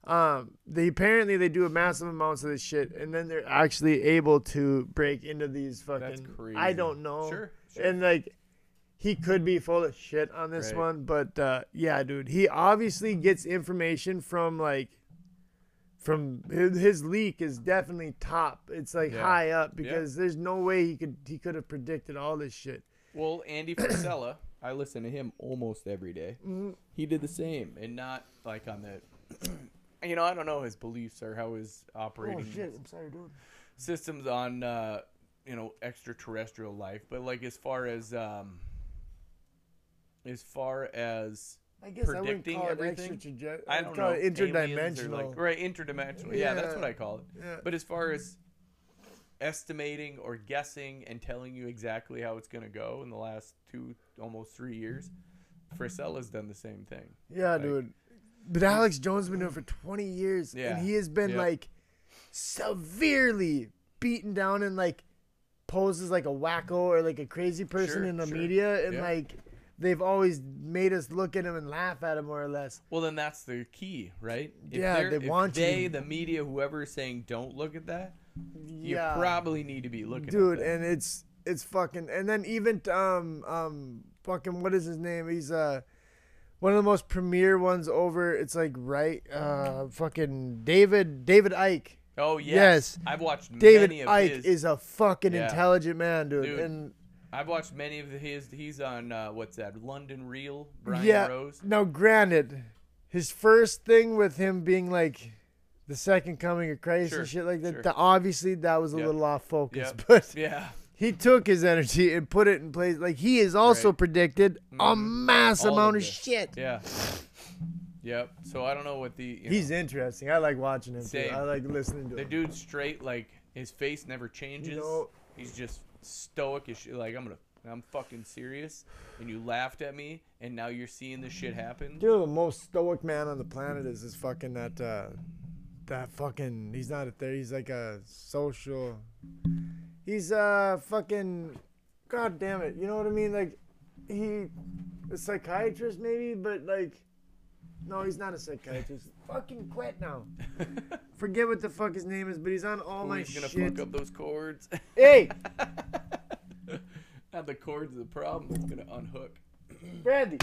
Speaker 3: um they apparently they do a massive amounts of this shit and then they're actually able to break into these fucking
Speaker 1: That's crazy.
Speaker 3: I don't know.
Speaker 1: Sure, sure.
Speaker 3: And like he could be full of shit on this
Speaker 1: Right.
Speaker 3: one, but uh yeah, dude, he obviously gets information from like from his, his leak is definitely top. It's like
Speaker 1: Yeah.
Speaker 3: high up because there's no way he could he could have predicted all this shit.
Speaker 1: Well, Andy Frisella, I listen to him almost every day. He did the same, and not like on the, you know, I don't know his beliefs or how his operating
Speaker 3: Oh, I'm sorry, dude.
Speaker 1: systems on, uh, you know, extraterrestrial life, but like as far as, um, as far as
Speaker 3: I guess
Speaker 1: predicting
Speaker 3: I wouldn't call
Speaker 1: everything?
Speaker 3: It extra traje-
Speaker 1: I
Speaker 3: I'd
Speaker 1: don't
Speaker 3: call
Speaker 1: know,
Speaker 3: it
Speaker 1: aliens or,
Speaker 3: interdimensional.
Speaker 1: like, right? Interdimensional, yeah, that's
Speaker 3: Yeah.
Speaker 1: what I call it.
Speaker 3: Yeah.
Speaker 1: But as far as estimating or guessing and telling you exactly how it's going to go in the last two, almost three years, Frisella's done the same thing.
Speaker 3: yeah, dude. But Alex Jones has been doing it for 20 years,
Speaker 1: Yeah.
Speaker 3: and he has been
Speaker 1: Yep.
Speaker 3: like severely beaten down and like poses like a wacko or like a crazy person
Speaker 1: Sure,
Speaker 3: in the
Speaker 1: sure.
Speaker 3: media, and
Speaker 1: Yeah.
Speaker 3: like they've always made us look at him and laugh at him more or less.
Speaker 1: Well, then that's the key, right?
Speaker 3: Yeah,
Speaker 1: they're-
Speaker 3: they want you
Speaker 1: they,
Speaker 3: to-
Speaker 1: the media, whoever is saying don't look at that, you
Speaker 3: yeah,
Speaker 1: probably need to be looking at
Speaker 3: dude,
Speaker 1: that.
Speaker 3: and it's it's fucking. And then even um um fucking what is his name? He's uh. One of the most premier ones over, it's like right, uh, fucking David David Ike.
Speaker 1: Oh, yes.
Speaker 3: yes.
Speaker 1: I've watched
Speaker 3: David
Speaker 1: many of
Speaker 3: Ike
Speaker 1: his.
Speaker 3: is a fucking
Speaker 1: Yeah.
Speaker 3: intelligent man, dude.
Speaker 1: Dude,
Speaker 3: and
Speaker 1: I've watched many of his. He's on, uh, what's that, London Real, Brian
Speaker 3: yeah,
Speaker 1: Rose.
Speaker 3: now granted, his first thing with him being like the second coming of Christ
Speaker 1: Sure,
Speaker 3: and shit like that,
Speaker 1: sure.
Speaker 3: th- obviously that was a
Speaker 1: Yep.
Speaker 3: little off focus.
Speaker 1: Yep.
Speaker 3: But
Speaker 1: Yeah.
Speaker 3: he took his energy and put it in place. Like he has also
Speaker 1: Right. Mm-hmm.
Speaker 3: predicted a mass
Speaker 1: All of
Speaker 3: amount of,
Speaker 1: this.
Speaker 3: shit.
Speaker 1: Yeah. Yep. So I don't know what the you know,
Speaker 3: He's interesting. I like watching him. Too.
Speaker 1: Same.
Speaker 3: I like listening to
Speaker 1: the
Speaker 3: him.
Speaker 1: dude's straight like his face never changes.
Speaker 3: know-
Speaker 1: He's just stoic as shit. Like I'm gonna I'm fucking serious, and you laughed at me, and now you're seeing this shit happen.
Speaker 3: You know the most stoic man on the planet is is fucking that uh that fucking he's not a there he's like a social he's uh fucking god damn it you know what i mean like he a psychiatrist maybe but like no he's not a psychiatrist fucking quit now forget what the fuck his name is but he's on all my
Speaker 1: Who's gonna
Speaker 3: shit
Speaker 1: fuck up those cords?
Speaker 3: hey
Speaker 1: Not the cords, the problem. It's gonna unhook.
Speaker 3: bradley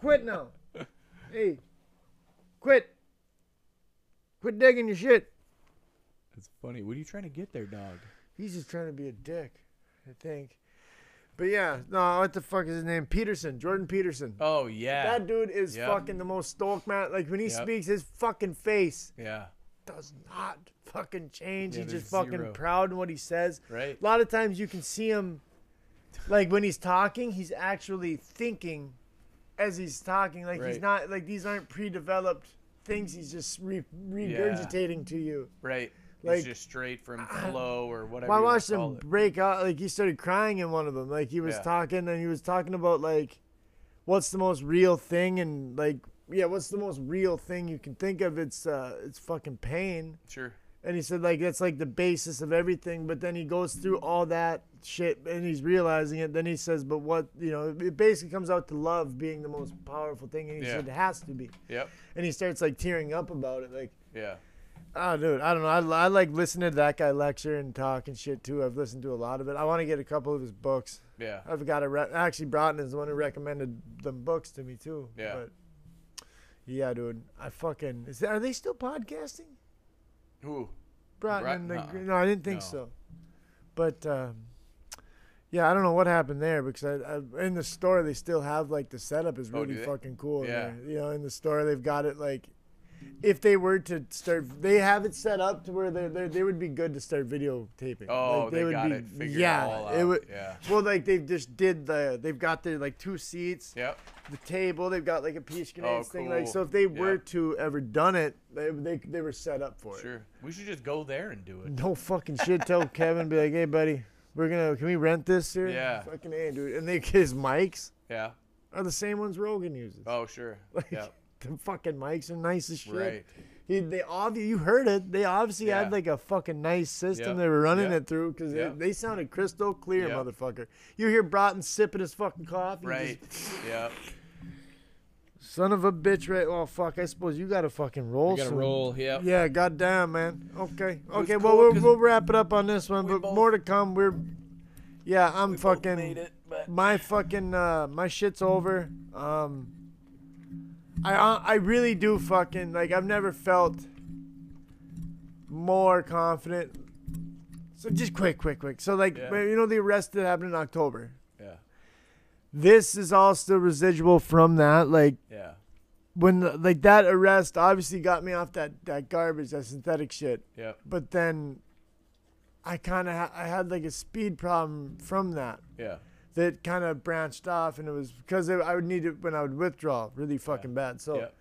Speaker 3: quit now hey quit quit digging your shit
Speaker 1: That's funny. What are you trying to get there, dog?
Speaker 3: he's just trying to be a dick i think but yeah no what the fuck is his name peterson jordan peterson
Speaker 1: Oh yeah,
Speaker 3: That dude is
Speaker 1: Yep.
Speaker 3: fucking the most stoic man. Like when he
Speaker 1: Yep.
Speaker 3: speaks, his fucking face
Speaker 1: yeah,
Speaker 3: does not fucking change.
Speaker 1: Yeah,
Speaker 3: He's
Speaker 1: there's
Speaker 3: just fucking
Speaker 1: zero.
Speaker 3: proud in what he says.
Speaker 1: right.
Speaker 3: A lot of times you can see him, like when he's talking, he's actually thinking as he's talking. Like he's
Speaker 1: Right.
Speaker 3: not like these aren't pre-developed things. He's just re- regurgitating to you.
Speaker 1: Right.
Speaker 3: Like-
Speaker 1: it's just straight from flow or whatever.
Speaker 3: Well, I
Speaker 1: you wanna
Speaker 3: watched
Speaker 1: call
Speaker 3: him
Speaker 1: it.
Speaker 3: break out. Like he started crying in one of them. Like he was
Speaker 1: Yeah.
Speaker 3: talking and he was talking about like, what's the most real thing and like yeah, what's the most real thing you can think of? It's uh, it's fucking pain.
Speaker 1: Sure.
Speaker 3: And he said like that's like the basis of everything. But then he goes through all that shit and he's realizing it. Then he says, but what you know? It basically comes out to love being the most powerful thing. And he
Speaker 1: Yeah.
Speaker 3: said it has to be.
Speaker 1: Yep.
Speaker 3: And he starts like tearing up about it. Like
Speaker 1: Yeah.
Speaker 3: Oh, dude, I don't know. I, I like listening to that guy lecture and talk and shit too. I've listened to a lot of it. I want to get a couple of his books.
Speaker 1: Yeah.
Speaker 3: I've got a re- actually Broughton is the one who recommended them books to me too.
Speaker 1: Yeah.
Speaker 3: But yeah, dude, I fucking is that, are they still podcasting?
Speaker 1: Ooh.
Speaker 3: Broughton
Speaker 1: Brought-
Speaker 3: and the,
Speaker 1: nuh-uh.
Speaker 3: no, I didn't think
Speaker 1: No.
Speaker 3: so. But um, yeah, I don't know what happened there because I, I in the store they still have like the setup is
Speaker 1: Oh, do
Speaker 3: really
Speaker 1: they?
Speaker 3: fucking cool. in
Speaker 1: Yeah.
Speaker 3: there. You know, in the store they've got it like if they were to start, they have it set up to where they they they would be good to start videotaping.
Speaker 1: Oh,
Speaker 3: Like,
Speaker 1: they,
Speaker 3: would
Speaker 1: got
Speaker 3: be-
Speaker 1: it figured
Speaker 3: yeah,
Speaker 1: all out.
Speaker 3: it would.
Speaker 1: yeah.
Speaker 3: Well, like they just did the they've got their like two seats,
Speaker 1: Yep.
Speaker 3: the table. They've got like a peach grenades thing. Like
Speaker 1: Oh, cool.
Speaker 3: so, if they were
Speaker 1: Yeah.
Speaker 3: to ever done it, they they, they were set up for it.
Speaker 1: Sure. We should just go there and do it.
Speaker 3: No fucking shit. Tell Kevin, be like, hey, buddy, we're gonna, can we rent this here?
Speaker 1: Yeah.
Speaker 3: Fucking A, dude. And they, his mics
Speaker 1: Yeah.
Speaker 3: are the same ones Rogan uses.
Speaker 1: Oh, sure. Yeah.
Speaker 3: The fucking mics are nice as shit.
Speaker 1: Right.
Speaker 3: He, they obvi- you heard it. They obviously
Speaker 1: Yeah.
Speaker 3: had like a fucking nice system
Speaker 1: Yep.
Speaker 3: they were running
Speaker 1: Yep.
Speaker 3: it through because
Speaker 1: Yep.
Speaker 3: they, they sounded crystal clear,
Speaker 1: Yep.
Speaker 3: motherfucker. You hear Broughton sipping his fucking coffee. you
Speaker 1: Right. Yeah.
Speaker 3: just, Son of a bitch, right? Well, fuck. I suppose you got to fucking roll.
Speaker 1: We gotta
Speaker 3: soon.
Speaker 1: roll. Yep.
Speaker 3: Yeah, goddamn, man. Okay,
Speaker 1: was
Speaker 3: okay.
Speaker 1: cool
Speaker 3: well, we'll,
Speaker 1: 'cause
Speaker 3: we'll wrap it up on this one,
Speaker 1: we
Speaker 3: but
Speaker 1: both-
Speaker 3: more to come. We're, yeah, I'm
Speaker 1: We both
Speaker 3: fucking.
Speaker 1: made it, but
Speaker 3: My fucking uh, my shit's over. Um, I uh, I really do fucking like I've never felt more confident. So just quick, quick, quick. So like
Speaker 1: Yeah.
Speaker 3: you know the arrest that happened in October.
Speaker 1: yeah.
Speaker 3: This is all still residual from that. Like
Speaker 1: Yeah.
Speaker 3: when the, like that arrest obviously got me off that that garbage, that synthetic shit
Speaker 1: Yep.
Speaker 3: but then I kind of ha- I had like a speed problem from that
Speaker 1: Yeah.
Speaker 3: that kind of branched off, and it was because I I would need it when I would withdraw really fucking bad. So
Speaker 1: Yep.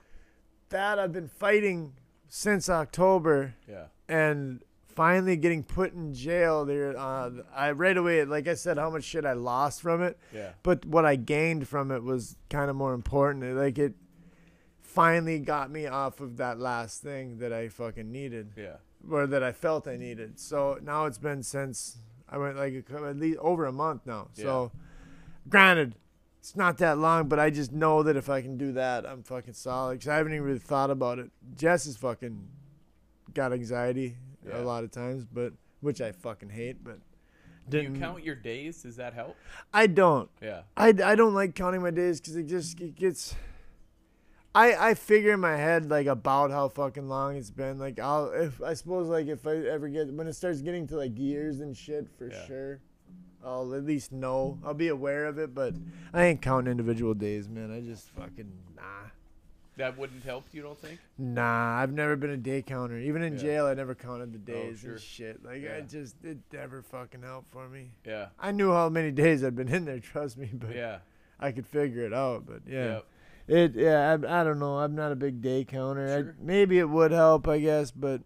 Speaker 3: that I've been fighting since October,
Speaker 1: Yeah.
Speaker 3: and finally getting put in jail. There, uh, I right away, like I said, how much shit I lost from it
Speaker 1: Yeah.
Speaker 3: but what I gained from it was kind of more important. It- Like it finally got me off of that last thing that I fucking needed
Speaker 1: Yeah.
Speaker 3: or that I felt I needed. So now it's been since I went like a, cou- at least over a month now. So granted, it's not that long, but I just know that if I can do that, I'm fucking solid. 'Cause I haven't even really thought about it. Jess has fucking got anxiety
Speaker 1: Yeah.
Speaker 3: a lot of times, but which I fucking hate. But
Speaker 1: Do you
Speaker 3: didn't-
Speaker 1: count your days? Does that help?
Speaker 3: I don't.
Speaker 1: Yeah.
Speaker 3: I, I don't like counting my days because it just it gets. I I figure in my head like about how fucking long it's been. Like I'll if I suppose like if I ever get when it starts getting to like years and shit for
Speaker 1: Yeah.
Speaker 3: sure, I'll at least know. I'll be aware of it, but I ain't counting individual days, man. I just fucking nah.
Speaker 1: That wouldn't help. You don't think?
Speaker 3: Nah, I've never been a day counter. Even in
Speaker 1: Yeah. Oh,
Speaker 3: jail, I never counted the days
Speaker 1: sure.
Speaker 3: and shit. Like
Speaker 1: Yeah.
Speaker 3: I just it never fucking helped for me.
Speaker 1: Yeah.
Speaker 3: I knew how many days I'd been in there. Trust me, but
Speaker 1: Yeah.
Speaker 3: I could figure it out. But yeah.
Speaker 1: Yep.
Speaker 3: It yeah, I, I don't know. I'm not a big day counter. I-
Speaker 1: Sure.
Speaker 3: maybe it would help, I guess, but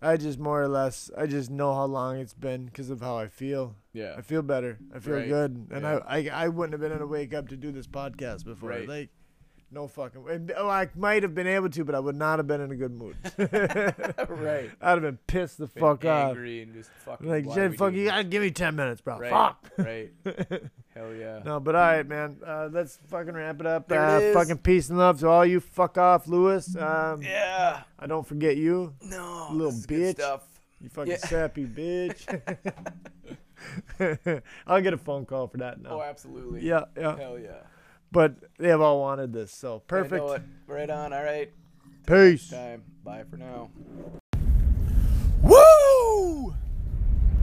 Speaker 3: I just more or less I just know how long it's been because of how I feel.
Speaker 1: Yeah.
Speaker 3: I feel better. I feel
Speaker 1: Right.
Speaker 3: good, and
Speaker 1: Yeah.
Speaker 3: I, I I wouldn't have been able to wake up to do this podcast before.
Speaker 1: Right.
Speaker 3: Like No fucking way. And, Oh, I might have been able to, but I would not have been in a good mood.
Speaker 1: right.
Speaker 3: I'd have been pissed the fuck
Speaker 1: Been
Speaker 3: off.
Speaker 1: angry and just fucking
Speaker 3: Like,
Speaker 1: why are
Speaker 3: Jen,
Speaker 1: we
Speaker 3: fuck,
Speaker 1: doing
Speaker 3: you
Speaker 1: this?
Speaker 3: gotta give me 10 minutes, bro.
Speaker 1: Right.
Speaker 3: Fuck.
Speaker 1: Right. Hell yeah.
Speaker 3: No, but all right, man. Uh, let's fucking wrap it up.
Speaker 1: There it
Speaker 3: uh,
Speaker 1: is. Mm-hmm.
Speaker 3: Fucking peace and love to all you fuck off, Lewis. Um,
Speaker 1: Yeah.
Speaker 3: I don't forget you.
Speaker 1: No.
Speaker 3: Little
Speaker 1: this is good
Speaker 3: bitch.
Speaker 1: stuff.
Speaker 3: You fucking
Speaker 1: Yeah.
Speaker 3: sappy bitch. I'll get a phone call for that
Speaker 1: Oh,
Speaker 3: now.
Speaker 1: absolutely.
Speaker 3: yeah, yeah.
Speaker 1: Hell yeah.
Speaker 3: But they have all wanted this, so
Speaker 1: I know
Speaker 3: perfect.
Speaker 1: it. Right on. All right.
Speaker 3: Peace.
Speaker 1: Time. Bye for now.
Speaker 3: Woo!